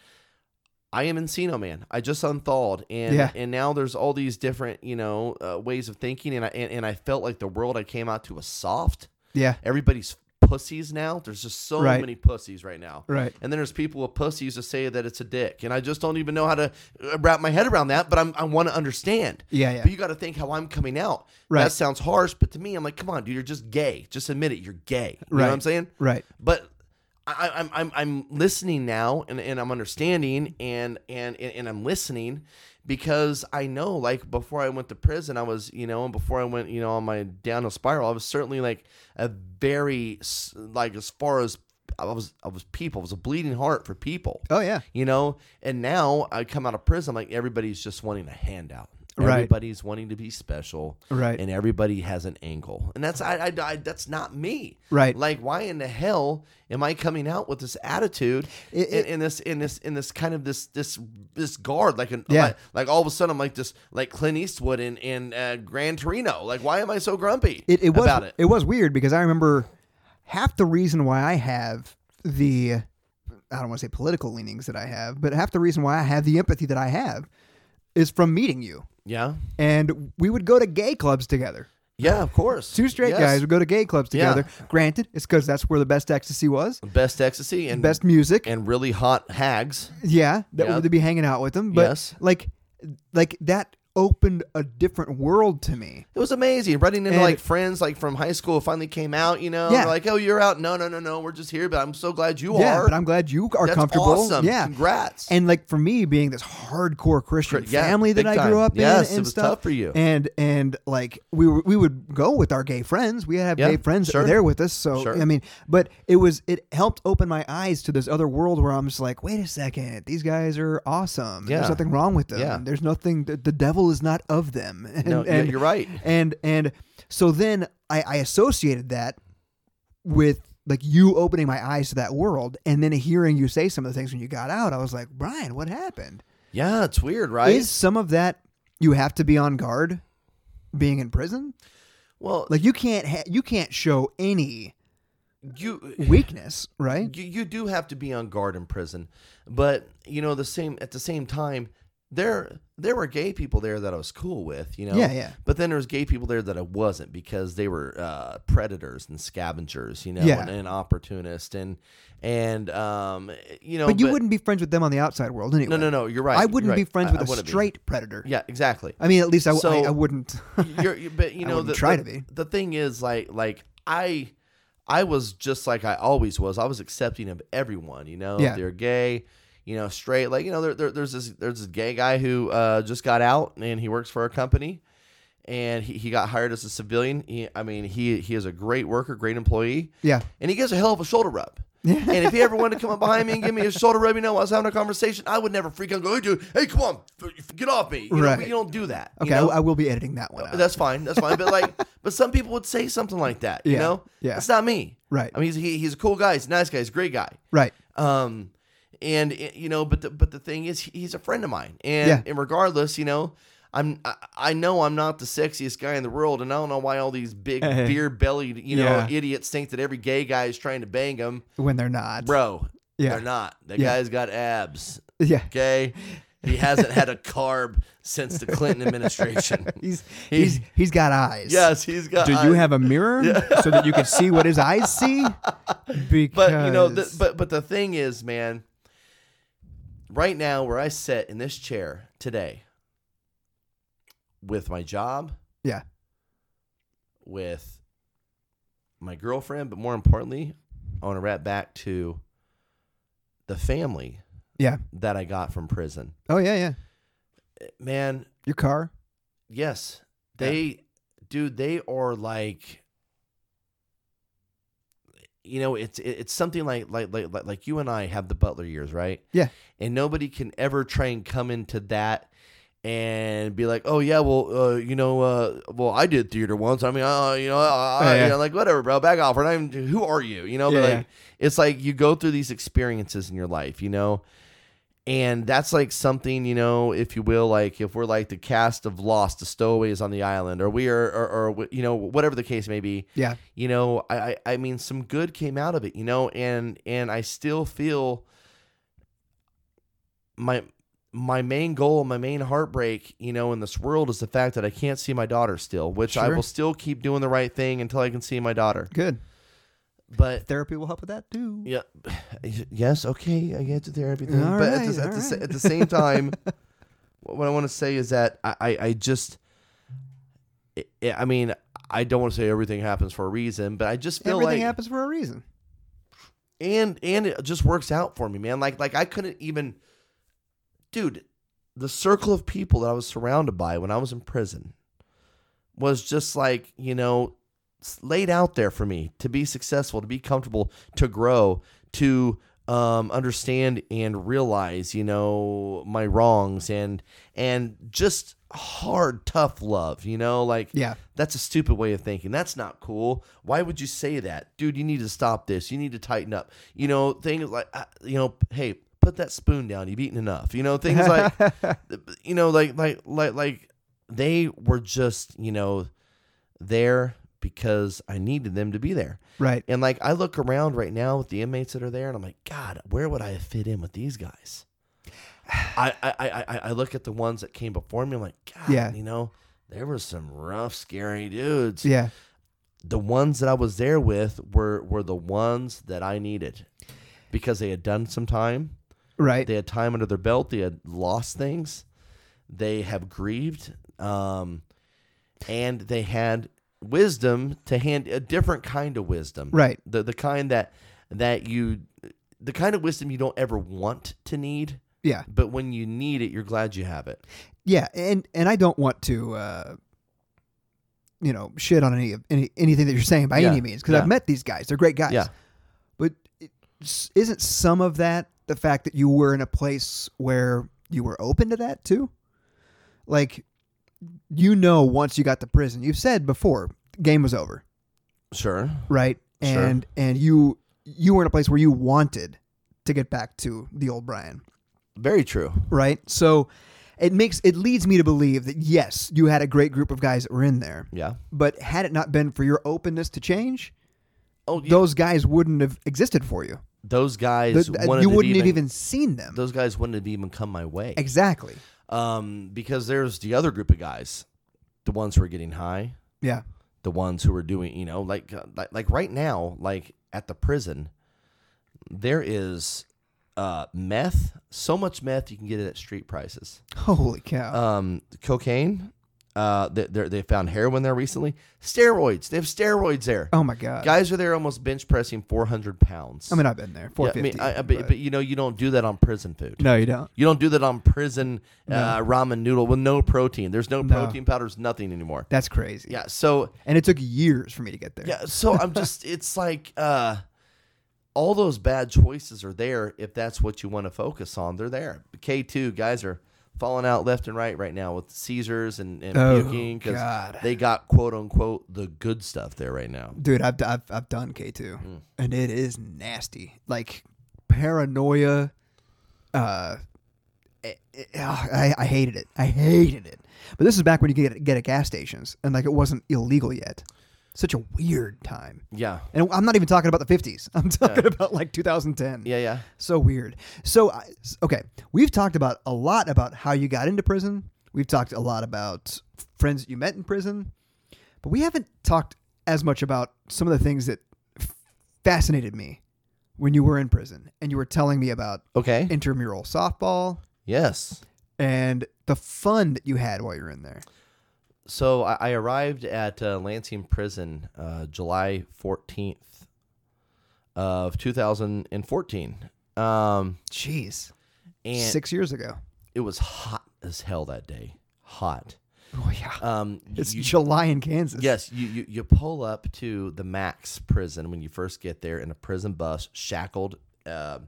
Speaker 1: i am encino man i just unthawed and
Speaker 2: Yeah.
Speaker 1: and now there's all these different you know uh, ways of thinking and i and, and i felt like the world i came out to was soft
Speaker 2: Yeah.
Speaker 1: everybody's pussies now there's just so
Speaker 2: Right.
Speaker 1: many pussies right now
Speaker 2: Right.
Speaker 1: and then there's people with pussies that say that it's a dick. And I just don't even know how to uh, wrap my head around that, but I'm, I want to understand.
Speaker 2: Yeah, yeah.
Speaker 1: But you got to think how I'm coming out.
Speaker 2: Right.
Speaker 1: That sounds harsh, but to me, I'm like, come on, dude, you're just gay. Just admit it, you're gay. You know
Speaker 2: Right.
Speaker 1: what I'm saying?
Speaker 2: Right.
Speaker 1: But I, I- I'm, I'm, I'm listening now and, and I'm understanding and, and, and and I'm listening because I know, like, before I went to prison, I was, you know, and before I went, you know, on my downhill spiral, I was certainly like a very, s- like, as far as I was, I was people, I was a bleeding heart for people
Speaker 2: Oh yeah.
Speaker 1: you know and now i come out of prison like everybody's just wanting a handout
Speaker 2: Right.
Speaker 1: everybody's wanting to be special
Speaker 2: Right.
Speaker 1: and everybody has an angle and that's I, I, I that's not me
Speaker 2: Right.
Speaker 1: like why in the hell am i coming out with this attitude
Speaker 2: It-
Speaker 1: and, and this in this in this kind of this this this guard like an
Speaker 2: Yeah.
Speaker 1: like, like all of a sudden i'm like this like clint eastwood in in uh, gran torino like why am i so grumpy
Speaker 2: It, it was
Speaker 1: about it
Speaker 2: was weird because I remember half the reason why I have the I don't want to say political leanings that I have, but half the reason why I have the empathy that I have is from meeting you.
Speaker 1: yeah
Speaker 2: And we would go to gay clubs together.
Speaker 1: yeah of course
Speaker 2: Two straight
Speaker 1: Yes.
Speaker 2: guys would go to gay clubs
Speaker 1: Yeah.
Speaker 2: together. Granted, it's because that's where the best ecstasy was,
Speaker 1: best ecstasy and
Speaker 2: best music.
Speaker 1: and really hot hags
Speaker 2: yeah, that
Speaker 1: Yeah.
Speaker 2: would be hanging out with them. But
Speaker 1: Yes.
Speaker 2: like, like that opened a different world to me.
Speaker 1: It was amazing. Running into
Speaker 2: And-
Speaker 1: like friends like from high school finally came out, you know.
Speaker 2: Yeah.
Speaker 1: Like, oh, you're out. No, no, no, no. We're just here, but I'm so glad you
Speaker 2: yeah,
Speaker 1: are.
Speaker 2: but I'm glad you are
Speaker 1: That's
Speaker 2: comfortable.
Speaker 1: Awesome.
Speaker 2: Yeah,
Speaker 1: Congrats.
Speaker 2: And like for me, being this hardcore Christian
Speaker 1: Cr- yeah,
Speaker 2: family that
Speaker 1: big
Speaker 2: I
Speaker 1: time.
Speaker 2: grew up
Speaker 1: Yes,
Speaker 2: in, and
Speaker 1: it was
Speaker 2: stuff,
Speaker 1: tough for you.
Speaker 2: And and like we were, we would go with our gay friends. We have
Speaker 1: Yeah,
Speaker 2: gay friends that
Speaker 1: sure.
Speaker 2: were there with us. So
Speaker 1: Sure.
Speaker 2: I mean, but it was it helped open my eyes to this other world where I'm just like, wait a second, these guys are awesome.
Speaker 1: Yeah.
Speaker 2: There's nothing wrong with them.
Speaker 1: Yeah.
Speaker 2: There's nothing. The, the devil is not of them. And,
Speaker 1: No, yeah, you're right.
Speaker 2: And and so then I, I associated that with like you opening my eyes to that world and then hearing you say some of the things when you got out i was like brian what happened
Speaker 1: yeah, it's weird, right?
Speaker 2: is some of that you have to be on guard being in prison
Speaker 1: well, like
Speaker 2: like you can't ha- you can't show any
Speaker 1: you,
Speaker 2: weakness right
Speaker 1: you, you do have to be on guard in prison, but you know the same at the same time there there were gay people there that I was cool with, you know.
Speaker 2: Yeah, yeah.
Speaker 1: But then there was gay people there that I wasn't because they were uh, predators and scavengers, you know,
Speaker 2: Yeah.
Speaker 1: and, and opportunists and and um, you know.
Speaker 2: but you wouldn't be friends with them on the outside world anyway
Speaker 1: No, no, no. You're right.
Speaker 2: i
Speaker 1: you're
Speaker 2: wouldn't be
Speaker 1: right.
Speaker 2: friends
Speaker 1: I- I
Speaker 2: with a
Speaker 1: wouldn't be.
Speaker 2: straight predator
Speaker 1: Yeah, exactly.
Speaker 2: i mean at least i, w-
Speaker 1: So-
Speaker 2: I- I wouldn't
Speaker 1: You're, you- but you
Speaker 2: I
Speaker 1: know,
Speaker 2: wouldn't
Speaker 1: the,
Speaker 2: try
Speaker 1: the,
Speaker 2: to be.
Speaker 1: The thing is, like, like I, I was just like I always was. I was accepting of everyone. You know,
Speaker 2: Yeah.
Speaker 1: they're gay. You know, straight. Like, you know, there, there, there's this, there's this gay guy who uh, just got out and he works for a company, and he, he got hired as a civilian. He, I mean, he he is a great worker, great employee.
Speaker 2: yeah
Speaker 1: And he gives a hell of a shoulder rub. and if he ever wanted to come up behind me and give me a shoulder rub, you know, while I was having a conversation, I would never freak out and go, hey, dude, hey, come on, f- f- get off me. You know,
Speaker 2: Right.
Speaker 1: you don't do that. you
Speaker 2: okay I
Speaker 1: know?
Speaker 2: w- I, will be editing that one out.
Speaker 1: That's fine. That's fine. But like, but some people would say something like that. You
Speaker 2: Yeah,
Speaker 1: know,
Speaker 2: yeah.
Speaker 1: That's not me.
Speaker 2: Right.
Speaker 1: I mean, he's he, he's a cool guy. He's a nice guy. He's a great guy.
Speaker 2: right
Speaker 1: Um, and it- you know, but the, but the thing is, he's a friend of mine. And
Speaker 2: Yeah.
Speaker 1: and regardless, you know, I'm I, I know I'm not the sexiest guy in the world, and I don't know why all these big beer bellied you know
Speaker 2: Yeah.
Speaker 1: idiots think that every gay guy is trying to bang him,
Speaker 2: when they're not
Speaker 1: bro.
Speaker 2: Yeah.
Speaker 1: They're not. That
Speaker 2: Yeah.
Speaker 1: guy's got abs.
Speaker 2: yeah
Speaker 1: Okay. He hasn't had a carb since the Clinton administration.
Speaker 2: he's
Speaker 1: He-
Speaker 2: he's he's got eyes
Speaker 1: yes, he's got.
Speaker 5: Do you
Speaker 1: eyes.
Speaker 5: have a mirror so that you can see what his eyes see? Because
Speaker 1: But you know, the, but but the thing is, man. Right now, where I sit in this chair today, with my job,
Speaker 2: yeah
Speaker 1: with my girlfriend, but more importantly, I want to wrap back to the family
Speaker 2: yeah
Speaker 1: that I got from prison.
Speaker 2: oh yeah yeah
Speaker 1: Man,
Speaker 2: your car
Speaker 1: yes, they, dude, they are like. You know, it's it- it's something like like like like- like you and I have the Butler years, right?
Speaker 2: yeah
Speaker 1: and nobody can ever try and come into that and be like, "Oh yeah, well, uh, you know, uh, well, I did theater once. I mean, uh, you know, I, I,
Speaker 5: Yeah.
Speaker 1: you know, like whatever, bro. Back off. We're not even. Who are you? You know, but
Speaker 5: Yeah.
Speaker 1: like, it's like you go through these experiences in your life, you know, and that's like something, you know, if you will, like if we're like the cast of Lost, the stowaways on the island, or we are, or, or you know, whatever the case may be.
Speaker 2: Yeah.
Speaker 1: You know, I, I, I mean, some good came out of it, you know, and and I still feel my my main goal, my main heartbreak, you know, in this world is the fact that I can't see my daughter still, which I
Speaker 2: Sure.
Speaker 1: will still keep doing the right thing until I can see my daughter.
Speaker 2: Good.
Speaker 1: But
Speaker 2: Therapy will help with that too.
Speaker 1: yeah. Yes. Okay. I get to therapy, thing,
Speaker 2: All
Speaker 1: but at,
Speaker 2: right,
Speaker 1: the, at,
Speaker 2: all
Speaker 1: the, sa-
Speaker 2: right.
Speaker 1: at the same time, what I want to say is that I, I, I just, I, I mean, I don't want to say everything happens for a reason, but I just feel
Speaker 2: Everything
Speaker 1: like
Speaker 2: happens for a reason.
Speaker 1: and and it just works out for me, man. Like like I couldn't even, dude, the circle of people that I was surrounded by when I was in prison was just like you know s- laid out there for me to be successful, to be comfortable, to grow, to um, understand and realize you know my wrongs and and just hard tough love you know like
Speaker 2: Yeah.
Speaker 1: that's a stupid way of thinking. That's not cool. Why would you say that, dude? You need to stop this. You need to tighten up. You know things like uh, you know, hey, put that spoon down. You've eaten enough. You know things like you know, like like like like they were just you know there because I needed them to be there.
Speaker 2: Right.
Speaker 1: And like I look around right now with the inmates that are there, and I'm like, God, where would I fit in with these guys? I I I, I- I look at the ones that came before me. I'm like, God,
Speaker 2: Yeah.
Speaker 1: you know, there were some rough, scary dudes.
Speaker 2: Yeah.
Speaker 1: The ones that I was there with were were the ones that I needed because they had done some time.
Speaker 2: Right.
Speaker 1: They had time under their belt. They had lost things. They have grieved, um, and they had wisdom to hand a different kind of wisdom.
Speaker 2: Right.
Speaker 1: The the kind that that you the kind of wisdom you don't ever want to need,
Speaker 2: yeah.
Speaker 1: but when you need it, you're glad you have it.
Speaker 2: Yeah, and and I don't want to, uh, you know, shit on any of any anything that you're saying by
Speaker 1: Yeah,
Speaker 2: any means because
Speaker 1: yeah.
Speaker 2: I've met these guys; they're great guys.
Speaker 1: Yeah.
Speaker 2: but it, s- isn't some of that the fact that you were in a place where you were open to that too? Like, you know, once you got to prison, you've said before, game was over,
Speaker 1: Sure.
Speaker 2: right?
Speaker 1: Sure.
Speaker 2: And and you you were in a place where you wanted to get back to the old Brian
Speaker 1: Very true.
Speaker 2: right? So it makes it leads me to believe that yes, you had a great group of guys that were in there.
Speaker 1: Yeah.
Speaker 2: But had it not been for your openness to change,
Speaker 1: Oh, yeah.
Speaker 2: those guys wouldn't have existed for you.
Speaker 1: those
Speaker 2: The-
Speaker 1: guys
Speaker 2: the-
Speaker 1: wanted
Speaker 2: you
Speaker 1: to
Speaker 2: wouldn't have
Speaker 1: even-
Speaker 2: even seen them.
Speaker 1: those guys wouldn't have even come my way.
Speaker 2: exactly.
Speaker 1: Um, because there's the other group of guys, the ones who are getting high,
Speaker 2: Yeah.
Speaker 1: the ones who are doing you know like uh, like, like right now like at the prison there is uh meth so much meth you can get it at street prices
Speaker 2: Holy cow.
Speaker 1: um cocaine uh they they're- they found heroin there recently steroids they have steroids there
Speaker 2: oh my god.
Speaker 1: guys are there almost bench pressing 400 pounds
Speaker 2: I mean, I've been there.
Speaker 1: Yeah,
Speaker 2: Four
Speaker 1: I
Speaker 2: fifty.
Speaker 1: mean, I- I- but, but you know you don't do that on prison food
Speaker 2: no, you don't.
Speaker 1: you don't do that on prison uh, ramen noodle with no protein there's no,
Speaker 2: No.
Speaker 1: protein powders nothing anymore
Speaker 2: That's crazy.
Speaker 1: yeah so
Speaker 2: And it took years for me to get there.
Speaker 1: yeah, so I'm just it's like uh all those bad choices are there if that's what you want to focus on. They're there. K2 guys are falling out left and right right now with Caesars and, and
Speaker 2: Oh,
Speaker 1: puking because
Speaker 2: God.
Speaker 1: they got quote unquote the good stuff there right now.
Speaker 2: Dude, I've, I've, I've done K2
Speaker 1: Mm.
Speaker 2: and it is nasty. Like paranoia. Uh, it- it- ah, I, I hated it. I hated it. But this is back when you could get, get at gas stations and like it wasn't illegal yet. Such a weird time.
Speaker 1: Yeah.
Speaker 2: And I'm not even talking about the 50s. I'm talking about like 2010.
Speaker 1: Yeah, yeah.
Speaker 2: So weird. So, I- s- okay, we've talked about a lot about how you got into prison. We've talked a lot about friends that you met in prison, but we haven't talked as much about some of the things that f- fascinated me when you were in prison and you were telling me about
Speaker 1: Okay.
Speaker 2: intramural softball
Speaker 1: yes.
Speaker 2: and the fun that you had while you were in there.
Speaker 1: So I, I arrived at uh, Lansing Prison uh, July 14th of 2014. Um
Speaker 2: Jeez,
Speaker 1: and
Speaker 2: six years ago.
Speaker 1: it was hot as hell that day. Hot.
Speaker 2: Oh yeah,
Speaker 1: Um,
Speaker 2: it's
Speaker 1: you-
Speaker 2: July in Kansas.
Speaker 1: yes, you, you you pull up to the Max prison when you first get there in a prison bus, shackled, uh,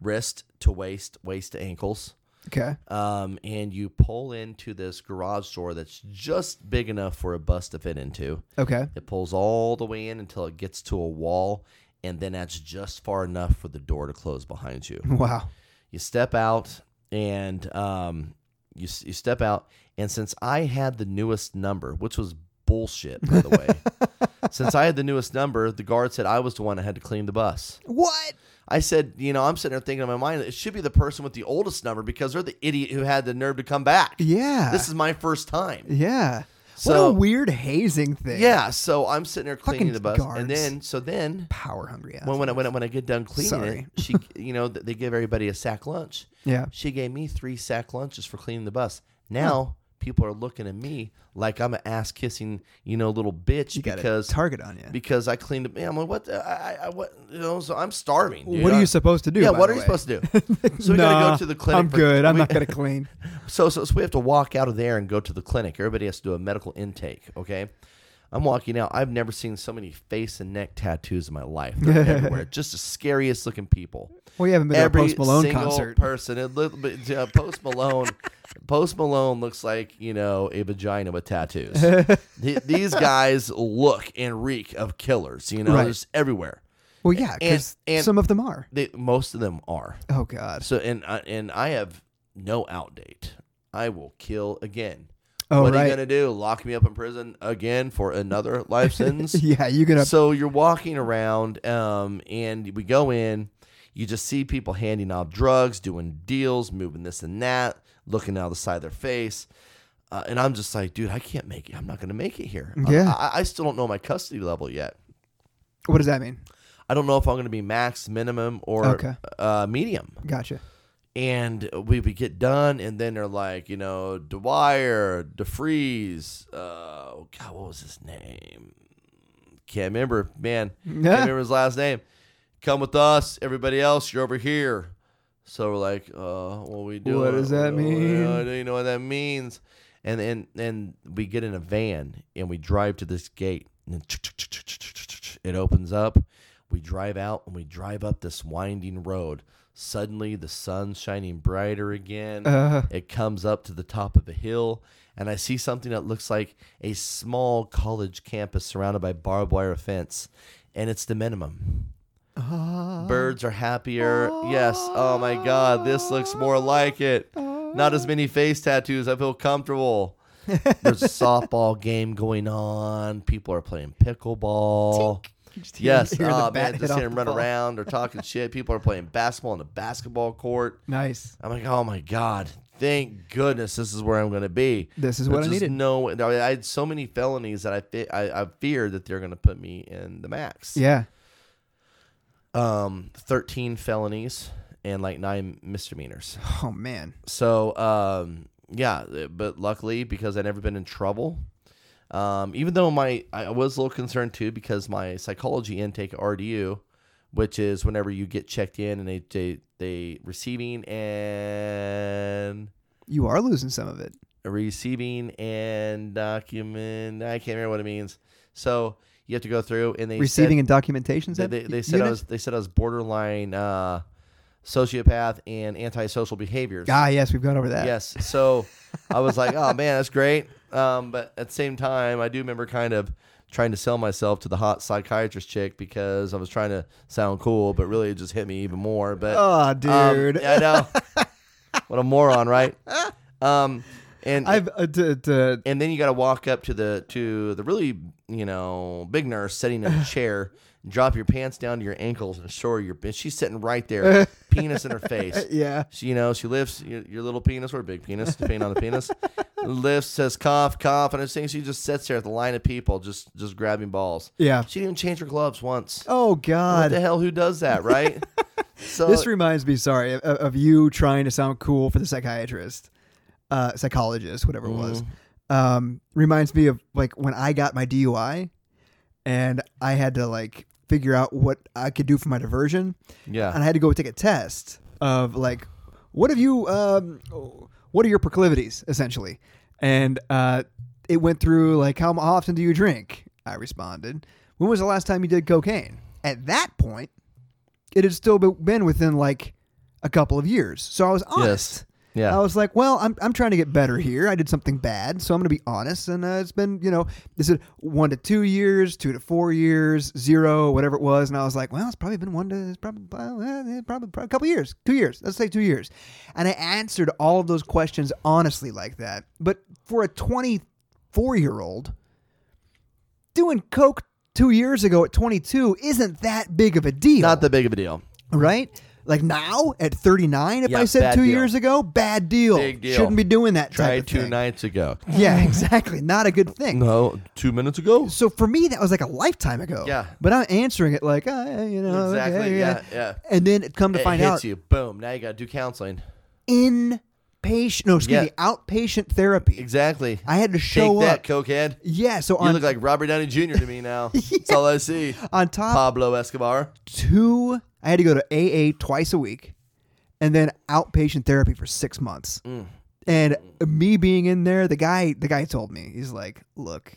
Speaker 1: wrist to waist, waist to ankles.
Speaker 2: Okay.
Speaker 1: um, and you pull into this garage door that's just big enough for a bus to fit into.
Speaker 2: Okay.
Speaker 1: It pulls all the way in until it gets to a wall, and then that's just far enough for the door to close behind you.
Speaker 2: Wow.
Speaker 1: You step out, and um, you s- you step out, and since I had the newest number, which was bullshit, by the way. Since I had the newest number, the guard said I was the one that had to clean the bus.
Speaker 2: What?
Speaker 1: I said, you know, I'm sitting there thinking in my mind, it should be the person with the oldest number because they're the idiot who had the nerve to come back.
Speaker 2: Yeah.
Speaker 1: This is my first time.
Speaker 2: yeah. what
Speaker 1: So-
Speaker 2: a weird hazing thing.
Speaker 1: Yeah. So I'm sitting there
Speaker 2: Fucking
Speaker 1: cleaning the bus.
Speaker 2: guards.
Speaker 1: And then, so then
Speaker 2: Power hungry ass.
Speaker 1: when, when, I, when, I, when I get done cleaning
Speaker 2: Sorry.
Speaker 1: it, she, you know, th- they give everybody a sack lunch.
Speaker 2: yeah.
Speaker 1: She gave me three sack lunches for cleaning the bus. Now people are looking at me like I'm an ass kissing, you know, little bitch
Speaker 2: You got
Speaker 1: because
Speaker 2: a target on you.
Speaker 1: because I cleaned up. Yeah, I'm like, what? The, I, I, I- what? You know, so I'm starving. dude.
Speaker 5: What are
Speaker 1: I-
Speaker 5: you supposed to do?
Speaker 1: Yeah,
Speaker 5: by
Speaker 1: what
Speaker 5: the
Speaker 1: are you
Speaker 5: way?
Speaker 1: supposed to do? So we gotta
Speaker 5: Nah,
Speaker 1: go to the clinic.
Speaker 5: I'm
Speaker 1: for-
Speaker 5: good. I'm
Speaker 1: we-
Speaker 5: not gonna clean.
Speaker 1: So, so so we have to walk out of there and go to the clinic. Everybody has to do a medical intake. Okay, I'm walking out. I've never seen so many face and neck tattoos in my life. They're everywhere. Just the scariest looking people.
Speaker 5: Well, you haven't been
Speaker 1: Every
Speaker 5: to a Post Malone
Speaker 1: single
Speaker 5: concert.
Speaker 1: person. It look, but, uh, Post Malone. Post Malone looks like you know a vagina with tattoos. Th- These guys look and reek of killers. You know,
Speaker 2: Right.
Speaker 1: they're just everywhere.
Speaker 2: well, yeah,
Speaker 1: and-
Speaker 2: because
Speaker 1: and-
Speaker 2: some of them are.
Speaker 1: They, most of them are.
Speaker 2: Oh God.
Speaker 1: So and I and I have no outdate. I will kill again.
Speaker 2: Oh
Speaker 1: what are
Speaker 2: right.
Speaker 1: you gonna do? Lock me up in prison again for another life sentence?
Speaker 2: yeah, you're gonna.
Speaker 1: So you're walking around, um, and we go in. You just see people handing out drugs, doing deals, moving this and that, looking out the side of their face. Uh, and I'm just like, dude, I can't make it. I'm not gonna make it here. I-
Speaker 2: Yeah.
Speaker 1: I, I still don't know my custody level yet.
Speaker 2: what does that mean?
Speaker 1: I don't know if I'm gonna be max, minimum, or
Speaker 2: Okay.
Speaker 1: uh, medium
Speaker 2: Gotcha.
Speaker 1: and we would get done, and then they're like, you know, Dwyer, DeFreeze, uh, God, what was his name? Can't remember, man. Can't remember his last name. Come with us, everybody else. You're over here. So we're like, uh, what we do?
Speaker 5: What does that mean?
Speaker 1: I don't even know what that means. And and and we get in a van and we drive to this gate, and then it opens up. We drive out and we drive up this winding road. Suddenly, the sun's shining brighter again.
Speaker 5: Uh-huh.
Speaker 1: It comes up to the top of a hill, and I see something that looks like a small college campus surrounded by barbed wire fence, and it's the minimum. Birds are happier. Yes. Oh my God. This looks more like it. Not as many face tattoos. I feel comfortable. There's a softball game going on. People are playing pickleball. Yes.
Speaker 2: hear the
Speaker 1: Oh,
Speaker 2: bat
Speaker 1: man.
Speaker 2: hit
Speaker 1: Just
Speaker 2: off
Speaker 1: hear them
Speaker 2: the
Speaker 1: run
Speaker 2: ball.
Speaker 1: around. They're talking shit. People are playing basketball on the basketball court.
Speaker 5: Nice.
Speaker 1: I'm like, oh my God. Thank goodness this is where I'm going to be.
Speaker 2: This is what
Speaker 1: There's
Speaker 2: I
Speaker 1: just
Speaker 2: needed.
Speaker 1: No, I had so many felonies that I, fe- I, I feared that they're going to put me in the max
Speaker 2: Yeah.
Speaker 1: um, 13 felonies and like nine misdemeanors.
Speaker 2: Oh man.
Speaker 1: So, um, yeah, but luckily because I'd never been in trouble. Um, even though my I was a little concerned too because my psychology intake at RDU, which is whenever you get checked in and they they, they receiving and
Speaker 2: You are losing some of it.
Speaker 1: receiving and document I can't remember what it means. So you have to go through and they said-
Speaker 2: Receiving and documentations.
Speaker 1: they, they, they said I was they said I was borderline uh, sociopath and antisocial behaviors.
Speaker 2: Ah, yes, we've gone over that.
Speaker 1: Yes, so I was like, oh man, that's great. Um, but at the same time, I do remember kind of trying to sell myself to the hot psychiatrist chick because I was trying to sound cool, but really it just hit me even more. But
Speaker 2: Aw,
Speaker 1: um,
Speaker 2: Oh, Ah, dude.
Speaker 1: I know what a moron, right? Um, and
Speaker 5: I've uh, d- d-
Speaker 1: and then you got to walk up to the to the really you know big nurse sitting in a chair drop your pants down to your ankles and show her your and she's sitting right there penis in her face
Speaker 2: Yeah.
Speaker 1: she you know she lifts your, your little penis or big penis depending on the penis lifts says cough cough and it's saying she just sits there at the line of people just just grabbing balls
Speaker 5: Yeah.
Speaker 1: she didn't even change her gloves once
Speaker 5: Oh
Speaker 1: what
Speaker 5: God.
Speaker 1: the hell who does that right so
Speaker 5: This reminds me, sorry, of, of you trying to sound cool for the psychiatrist, uh, psychologist, whatever it was. Um, reminds me of like when I got my DUI, and I had to like figure out what I could do for my diversion, and I
Speaker 1: yeah
Speaker 5: had to go take a test of like, what have you, um, what are your proclivities essentially, and uh, it went through like how often do you drink? I responded, when was the last time you did cocaine? At that point it had still be- been within like a couple of years. So I was honest.
Speaker 1: Yeah.
Speaker 2: I was like, well, I'm, I'm trying to get better here. I did something bad, so I'm going to be honest. And uh, it's been, you know, this is one to two years, two to four years, zero, whatever it was. And I was like, well, it's probably been one to it's probably, probably, probably, probably a couple years, two years. Let's say two years. And I answered all of those questions honestly like that. But for a 24 year old, doing coke two years ago at 22 isn't that big of a deal
Speaker 1: Not that big of a deal.
Speaker 2: right? Like now at 39, if
Speaker 1: Yeah,
Speaker 2: I said
Speaker 1: bad
Speaker 2: two
Speaker 1: deal.
Speaker 2: years ago, bad deal.
Speaker 1: Big deal.
Speaker 2: Shouldn't be doing that type
Speaker 1: Tried
Speaker 2: of
Speaker 1: two
Speaker 2: thing.
Speaker 1: nights ago.
Speaker 2: Yeah, exactly. Not a good thing.
Speaker 1: No, two minutes ago.
Speaker 2: So for me, that was like a lifetime ago.
Speaker 1: Yeah.
Speaker 2: But I'm answering it like, ah, you know,
Speaker 1: Exactly,
Speaker 2: okay,
Speaker 1: yeah, yeah.
Speaker 2: And then it come to
Speaker 1: It
Speaker 2: find
Speaker 1: hits
Speaker 2: out
Speaker 1: you. Boom. Now you got to do counseling.
Speaker 2: inpatient, no, excuse
Speaker 1: Yeah.
Speaker 2: me, outpatient therapy.
Speaker 1: Exactly.
Speaker 2: I had to show
Speaker 1: Take
Speaker 2: up.
Speaker 1: that, cokehead.
Speaker 2: yeah. So
Speaker 1: You
Speaker 2: on
Speaker 1: look like Robert Downey Jr. to me now. That's all I see.
Speaker 2: on top
Speaker 1: Pablo Escobar.
Speaker 2: two i had to go to aa twice a week and then outpatient therapy for six months
Speaker 1: Mm.
Speaker 2: and me being in there the guy the guy told me he's like look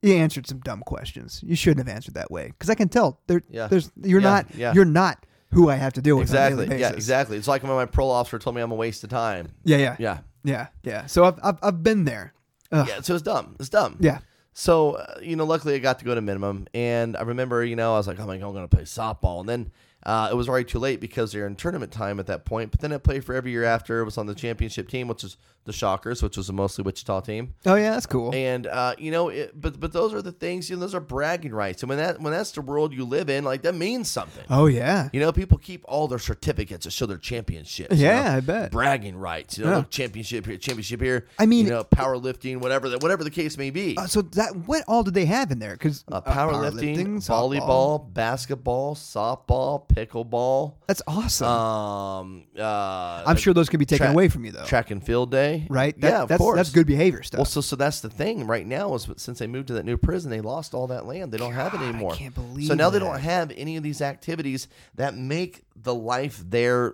Speaker 2: you answered some dumb questions you shouldn't have answered that way because i can tell there,
Speaker 1: Yeah.
Speaker 2: there's you're
Speaker 1: Yeah,
Speaker 2: not
Speaker 1: yeah.
Speaker 2: you're not who i have to deal with on a daily
Speaker 1: Exactly. Yeah,
Speaker 2: basis."
Speaker 1: exactly. It's like when my parole officer told me I'm a waste of time.
Speaker 2: yeah yeah yeah
Speaker 1: Yeah.
Speaker 2: yeah yeah so i've, I've, I've been there Ugh.
Speaker 1: Yeah, so it's dumb. It's dumb.
Speaker 2: yeah
Speaker 1: So, uh, you know, luckily I got to go to minimum. And I remember, you know, I was like, oh my God, I'm going to play softball. And then uh, it was already too late because they're in tournament time at that point. But then I played for every year after. I was on the championship team, which is the Shockers, which was a mostly Wichita team.
Speaker 2: oh yeah that's cool
Speaker 1: And uh, you know, it, but but those are the things. You know, those are bragging rights. And when that when that's the world you live in, like that means something.
Speaker 2: oh yeah
Speaker 1: You know, people keep all their certificates to show their championships. you
Speaker 2: Yeah,
Speaker 1: know?
Speaker 2: I bet.
Speaker 1: bragging rights. You know, look, championship here, championship here.
Speaker 2: I mean-
Speaker 1: you know, powerlifting, whatever the whatever the case may be.
Speaker 2: Uh, so that what all did they have in there because
Speaker 1: Uh, powerlifting, volleyball, basketball, softball, pickleball.
Speaker 2: that's awesome
Speaker 1: Um, uh,
Speaker 2: I'm sure those could be taken
Speaker 1: track-
Speaker 2: away from you though,
Speaker 1: track and field day,
Speaker 2: right? That-
Speaker 1: yeah, of
Speaker 2: that's,
Speaker 1: course.
Speaker 2: That's good behavior stuff.
Speaker 1: Well, so so that's the thing right now is since they moved to that new prison, they lost all that land. They don't have it anymore.
Speaker 2: can't believe
Speaker 1: so now they
Speaker 2: that.
Speaker 1: don't have any of these activities that make the life there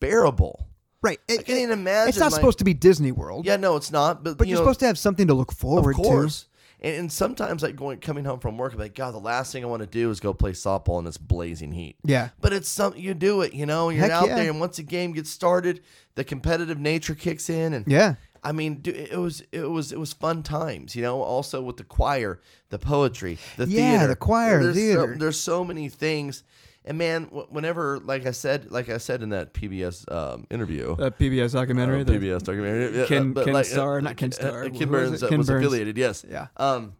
Speaker 1: bearable.
Speaker 2: right? It,
Speaker 1: can't
Speaker 2: it-
Speaker 1: even imagine,
Speaker 2: It's not
Speaker 1: like-
Speaker 2: supposed to be Disney World.
Speaker 1: Yeah, no, it's not. But,
Speaker 2: but
Speaker 1: you
Speaker 2: you're
Speaker 1: know,
Speaker 2: supposed to have something to look forward
Speaker 1: of
Speaker 2: to.
Speaker 1: course. And, and sometimes like going coming home from work, I'm like, God, the last thing I want to do is go play softball in this blazing heat.
Speaker 2: Yeah.
Speaker 1: But it's something you do it, you know. You're
Speaker 2: Heck
Speaker 1: out
Speaker 2: yeah.
Speaker 1: there, and once the game gets started, the competitive nature kicks in, and
Speaker 2: Yeah.
Speaker 1: I mean, dude, it was it was it was fun times, you know. Also with the choir, the poetry, the
Speaker 2: Yeah,
Speaker 1: theater,
Speaker 2: the choir,
Speaker 1: There's
Speaker 2: theater.
Speaker 1: So, there's so many things, and man, wh- whenever like I said, like I said in that PBS um, interview,
Speaker 6: That PBS documentary.
Speaker 1: uh,
Speaker 6: that-
Speaker 1: PBS documentary. yeah,
Speaker 6: Ken-
Speaker 1: uh, but
Speaker 6: Ken
Speaker 1: like,
Speaker 6: Starr, not Ken Starr,
Speaker 1: uh,
Speaker 6: who was
Speaker 1: Ken Burns
Speaker 6: it?
Speaker 1: uh,
Speaker 6: Ken
Speaker 1: was
Speaker 6: Burns.
Speaker 1: affiliated. Yes.
Speaker 2: Yeah.
Speaker 1: Um,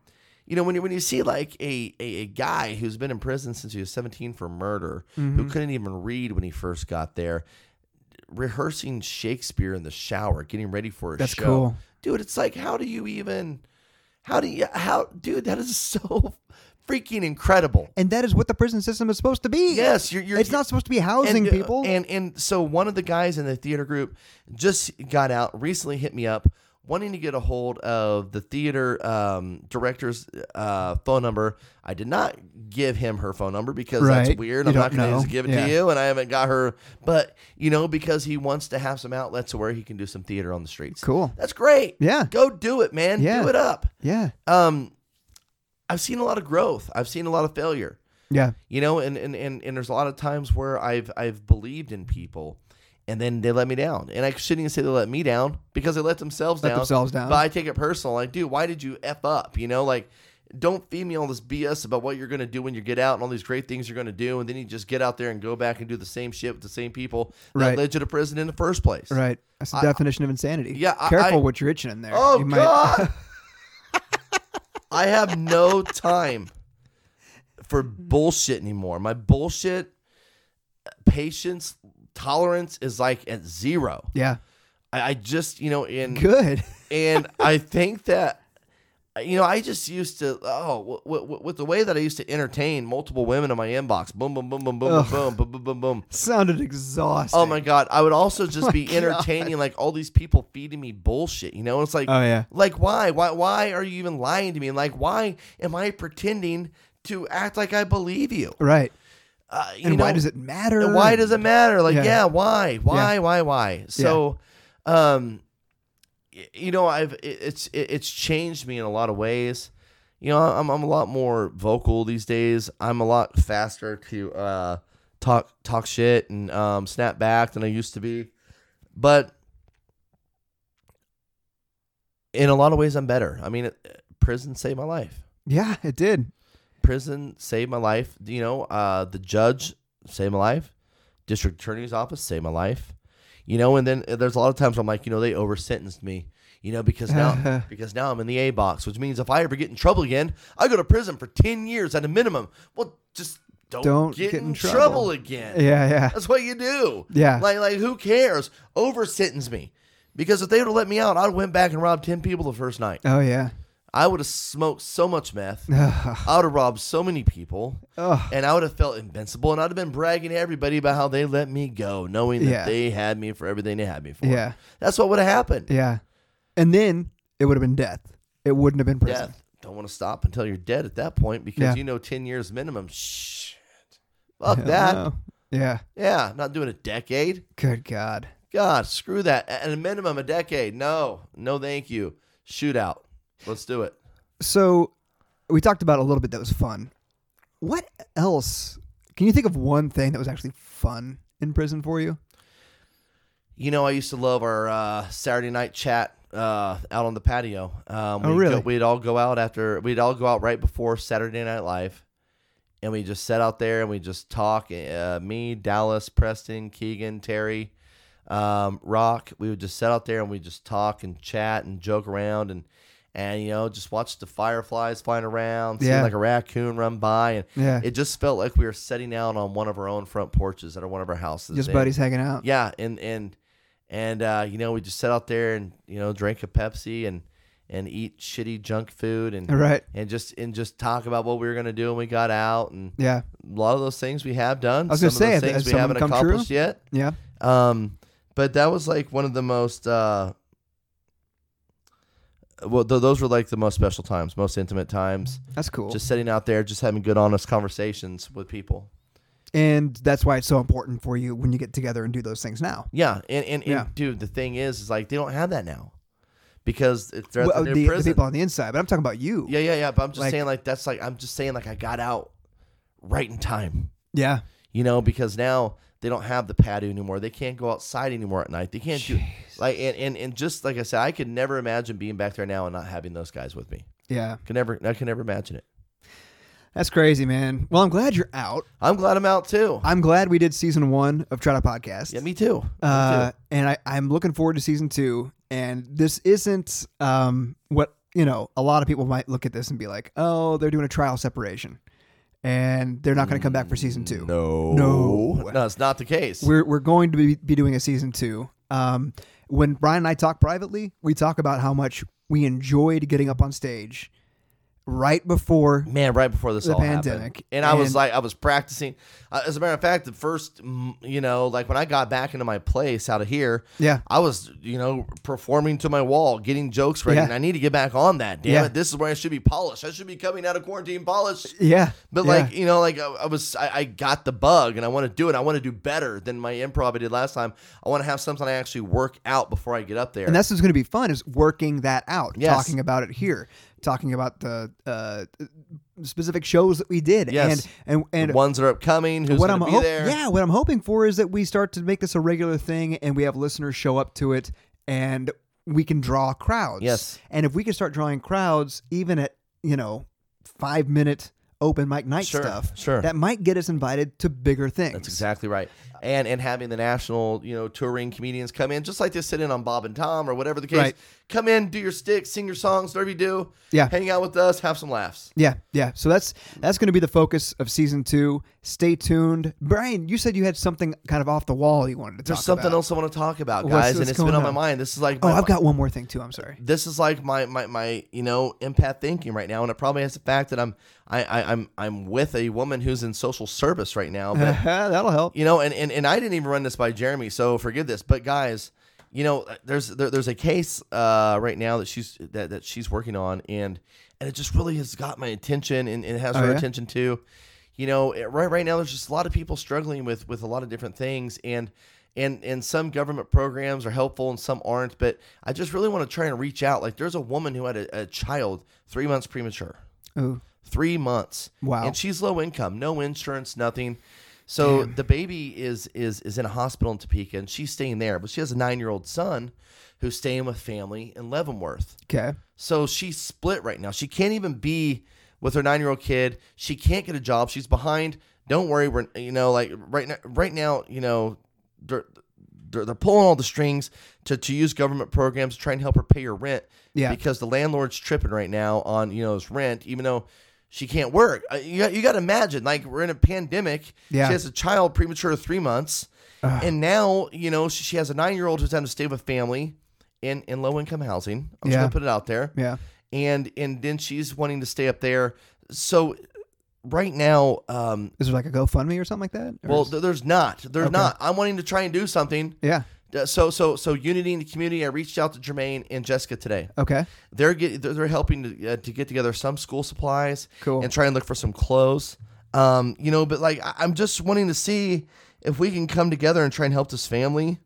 Speaker 1: you know when you when you see like a, a, a guy who's been in prison since he was 17 for murder,
Speaker 6: Mm-hmm.
Speaker 1: who couldn't even read when he first got there, rehearsing Shakespeare in the shower, getting ready for a
Speaker 2: That's
Speaker 1: show.
Speaker 2: cool.
Speaker 1: Dude, it's like how do you even? How do you? How dude? That is so freaking incredible.
Speaker 2: And that is what the prison system is supposed to be.
Speaker 1: Yes, you're- you're-
Speaker 2: it's not supposed to be housing
Speaker 1: and, uh,
Speaker 2: people.
Speaker 1: And and so one of the guys in the theater group just got out recently, hit me up wanting to get a hold of the theater um, director's uh, phone number. I did not give him her phone number because
Speaker 2: Right.
Speaker 1: that's weird.
Speaker 2: You
Speaker 1: I'm not
Speaker 2: don't
Speaker 1: going to
Speaker 2: know.
Speaker 1: just give it
Speaker 2: Yeah.
Speaker 1: to you, and I haven't got her. But you know, because he wants to have some outlets where he can do some theater on the streets.
Speaker 2: Cool.
Speaker 1: That's great.
Speaker 2: Yeah.
Speaker 1: go do it, man.
Speaker 2: Yeah.
Speaker 1: Do it up.
Speaker 2: yeah.
Speaker 1: Um, I've seen a lot of growth. I've seen a lot of failure
Speaker 2: Yeah.
Speaker 1: you know and, and and and there's a lot of times where i've i've believed in people and then they let me down and i shouldn't even say they let me down because they let themselves
Speaker 2: Let
Speaker 1: down
Speaker 2: themselves down.
Speaker 1: but i take it personal like dude why did you f up you know like don't feed me all this BS about what you're going to do when you get out and all these great things you're going to do. And then you just get out there and go back and do the same shit with the same people that
Speaker 2: Right.
Speaker 1: led you to prison in the first place.
Speaker 2: Right. That's the definition of insanity.
Speaker 1: Yeah, I-
Speaker 2: Careful
Speaker 1: I-
Speaker 2: what you're itching in there.
Speaker 1: Oh,
Speaker 2: You might-
Speaker 1: God. I have no time for bullshit anymore. My bullshit patience tolerance is like at zero.
Speaker 2: yeah.
Speaker 1: I, I just, you know, in
Speaker 2: Good.
Speaker 1: and I think that you know, I just used to oh, w- w- with the way that I used to entertain multiple women in my inbox, boom, boom, boom, boom, boom, boom, boom, boom, boom, boom, boom.
Speaker 2: Sounded exhausting.
Speaker 1: Oh my god! I would also just be entertaining like all these people feeding me bullshit. You know, it's like,
Speaker 2: Oh, yeah.
Speaker 1: like why, why, why are you even lying to me? And like, why am I pretending to act like I believe you?
Speaker 2: Right.
Speaker 1: Uh, you
Speaker 2: And why
Speaker 1: know,
Speaker 2: does it matter?
Speaker 1: and why does it matter? Like,
Speaker 2: Yeah.
Speaker 1: yeah, why, why, why, why? So, um, y- you know, I've it- it's it- it's changed me in a lot of ways. You know, I'm I'm a lot more vocal these days. I'm a lot faster to uh talk talk shit and um snap back than I used to be. But in a lot of ways, I'm better. I mean, it, prison saved my life.
Speaker 2: Yeah, it did.
Speaker 1: Prison saved my life. You know, uh, the judge saved my life. District attorney's office saved my life. You know, and then uh, there's a lot of times I'm like, you know, they over sentenced me. You know, because now because now I'm in the A box, which means if I ever get in trouble again, I go to prison for ten years at a minimum. Well, just don't,
Speaker 2: Don't
Speaker 1: get, in, trouble.
Speaker 2: trouble.
Speaker 1: again.
Speaker 2: Yeah, yeah.
Speaker 1: That's what you do.
Speaker 2: Yeah.
Speaker 1: Like, like who cares? Over sentence me. Because if they would have let me out, I'd went back and robbed ten people the first night.
Speaker 2: Oh yeah.
Speaker 1: I would have smoked so much meth. I would have robbed so many people, and I would have felt invincible. And I'd have been bragging to everybody about how they let me go, knowing that
Speaker 2: Yeah.
Speaker 1: they had me for everything they had me for.
Speaker 2: Yeah.
Speaker 1: that's what would have happened.
Speaker 2: Yeah. And then it would have been death. It wouldn't have been prison.
Speaker 1: Death. Don't want to stop until you're dead at that point because
Speaker 2: Yeah.
Speaker 1: you know ten years minimum. Shit, fuck that.
Speaker 2: Oh, yeah.
Speaker 1: Yeah, I'm not doing a decade.
Speaker 2: Good God.
Speaker 1: God, screw that. At a minimum, a decade. No, no, thank you. Shootout. Let's do it.
Speaker 2: So we talked about a little bit that was fun. What else? Can you think of one thing that was actually fun in prison for you?
Speaker 1: You know, I used to love our uh, Saturday night chat uh, out on the patio. Um,
Speaker 2: Oh,
Speaker 1: we'd
Speaker 2: really?
Speaker 1: Go, we'd all go out after. We'd all go out right before Saturday Night Live, and we just sat out there and we just talk. Uh, me, Dallas, Preston, Keegan, Terry, um, Rock. We would just sit out there and we just talk and chat and joke around and. And you know, just watch the fireflies flying around, see
Speaker 2: Yeah.
Speaker 1: like a raccoon run by, and
Speaker 2: Yeah.
Speaker 1: it just felt like we were setting out on one of our own front porches at one of our houses.
Speaker 2: Just
Speaker 1: and-
Speaker 2: buddies hanging out.
Speaker 1: yeah, and and and uh, you know, we just sat out there and you know, drank a Pepsi and and eat shitty junk food and
Speaker 2: Right.
Speaker 1: and just and just talk about what we were gonna do when we got out and
Speaker 2: Yeah.
Speaker 1: a lot of those things we have done. I
Speaker 2: was gonna
Speaker 1: some of
Speaker 2: say,
Speaker 1: those
Speaker 2: have-
Speaker 1: things we
Speaker 2: have some of
Speaker 1: haven't
Speaker 2: them come true?
Speaker 1: accomplished yet.
Speaker 2: Yeah.
Speaker 1: Um, but that was like one of the most. Uh, well, th- those were like the most special times, most intimate times.
Speaker 2: That's cool.
Speaker 1: Just sitting out there, just having good, honest conversations with people.
Speaker 2: and that's why it's so important for you when you get together and do those things now.
Speaker 1: Yeah, and and, and
Speaker 2: Yeah.
Speaker 1: dude, the thing is, is like they don't have that now because if they're at
Speaker 2: Well,
Speaker 1: the,
Speaker 2: the,
Speaker 1: new
Speaker 2: the
Speaker 1: prison.
Speaker 2: people on the inside, but I'm talking about you.
Speaker 1: yeah, yeah, yeah. But I'm just
Speaker 2: like-
Speaker 1: saying, like that's like I'm just saying, like I got out right in time,
Speaker 2: Yeah.
Speaker 1: you know, because now they don't have the patio anymore. They can't go outside anymore at night. They can't do like and, and and just like I said, I could never imagine being back there now and not having those guys with me.
Speaker 2: Yeah.
Speaker 1: Can never, I can never imagine it.
Speaker 2: That's crazy, man. Well, I'm glad you're out.
Speaker 1: I'm glad I'm out too.
Speaker 2: I'm glad we did season one of Try to Podcast.
Speaker 1: yeah, me too. Me
Speaker 2: Uh,
Speaker 1: too.
Speaker 2: and I, I'm looking forward to season two. And this isn't um, what, you know, a lot of people might look at this and be like, oh, they're doing a trial separation and they're not going to come back for season two.
Speaker 1: Mm, No,
Speaker 2: No.
Speaker 1: no, it's not the case.
Speaker 2: We're, we're going to be, be doing a season two. Um, when Brian and I talk privately, we talk about how much we enjoyed getting up on stage right before.
Speaker 1: man right before this
Speaker 2: The
Speaker 1: all happened
Speaker 2: pandemic.
Speaker 1: and i was
Speaker 2: And-
Speaker 1: like i was practicing uh, as a matter of fact the first mm, you know like when i got back into my place out of here
Speaker 2: Yeah.
Speaker 1: i was you know performing to my wall getting jokes ready
Speaker 2: Yeah.
Speaker 1: and i need to get back on that damn
Speaker 2: Yeah.
Speaker 1: it this is where i should be polished i should be coming out of quarantine polished
Speaker 2: Yeah.
Speaker 1: but
Speaker 2: yeah.
Speaker 1: like you know like i, I was I, I got the bug and i want to do it i want to do better than my improv i did last time i want to have something i actually work out before i get up there
Speaker 2: and that's what's going to be fun is working that out
Speaker 1: Yes.
Speaker 2: talking about it here talking about the uh, specific shows that we did
Speaker 1: Yes.
Speaker 2: and and
Speaker 1: the
Speaker 2: and
Speaker 1: ones that are upcoming who's
Speaker 2: what
Speaker 1: gonna
Speaker 2: I'm
Speaker 1: be
Speaker 2: hop-
Speaker 1: there
Speaker 2: yeah what I'm hoping for is that we start to make this a regular thing and we have listeners show up to it and we can draw crowds
Speaker 1: Yes.
Speaker 2: and if we can start drawing crowds even at you know five minute open mic night
Speaker 1: Sure,
Speaker 2: stuff
Speaker 1: sure.
Speaker 2: that might get us invited to bigger things
Speaker 1: That's exactly right. And and having the national, you know, touring comedians come in, just like they sit in on Bob and Tom or whatever the case.
Speaker 2: Right.
Speaker 1: Come in, do your sticks, sing your songs, whatever you do.
Speaker 2: Yeah.
Speaker 1: Hang out with us, have some laughs.
Speaker 2: Yeah, yeah. So that's that's going to be the focus of season two. Stay tuned, Brian. You said you had something kind of off the wall you wanted to
Speaker 1: There's
Speaker 2: talk
Speaker 1: something
Speaker 2: about.
Speaker 1: else I want to talk about, guys,
Speaker 2: What's-
Speaker 1: and
Speaker 2: what's
Speaker 1: it's been
Speaker 2: going
Speaker 1: on my
Speaker 2: on?
Speaker 1: mind. This is like
Speaker 2: Oh,
Speaker 1: my,
Speaker 2: I've got one more thing too. I'm sorry.
Speaker 1: this is like my my my you know empath thinking right now, and it probably has the fact that I'm I, I I'm I'm with a woman who's in social service right now,
Speaker 2: Uh-huh.
Speaker 1: but
Speaker 2: That'll help.
Speaker 1: you know and, and and i didn't even run this by jeremy so forgive this but guys you know there's there, there's a case uh, right now that she's that, that she's working on and and it just really has got my attention and, and it has her
Speaker 2: yeah?
Speaker 1: attention too you know it- right right now there's just a lot of people struggling with with a lot of different things and and and some government programs are helpful and some aren't but i just really want to try and reach out like there's a woman who had a, a child three months premature
Speaker 2: Ooh.
Speaker 1: three months
Speaker 2: Wow.
Speaker 1: and she's low income no insurance nothing So the baby is is is in a hospital in Topeka, and she's staying there, but she has a nine year old son who's staying with family in Leavenworth.
Speaker 2: Okay.
Speaker 1: So she's split right now. She can't even be with her nine year old kid. She can't get a job. She's behind. Don't worry, we're you know like right now, right now, you know, they're they're, they're pulling all the strings to to use government programs to try and help her pay her rent.
Speaker 2: Yeah.
Speaker 1: because the landlord's tripping right now on you know his rent, even though. She can't work. Uh, You got, you got to imagine, like we're in a pandemic.
Speaker 2: Yeah.
Speaker 1: She has a child premature to three months, and now you know she, she has a nine year old who's having to stay with family in in low income housing. I'm just
Speaker 2: Yeah.
Speaker 1: gonna put it out there
Speaker 2: Yeah.
Speaker 1: and and then she's wanting to stay up there. So right now, um,
Speaker 2: Is there like a GoFundMe or something like that? Or
Speaker 1: well,
Speaker 2: is-
Speaker 1: th- there's not, there's not. I'm wanting to try and do something.
Speaker 2: yeah.
Speaker 1: Uh, So so so unity in the community. I reached out to Jermaine and Jessica today.
Speaker 2: Okay.
Speaker 1: They're get, they're they're helping to, uh, to get together some school supplies.
Speaker 2: Cool.
Speaker 1: And try and look for some clothes. Um, you know, but like I- I'm just wanting to see if we can come together and try and help this family.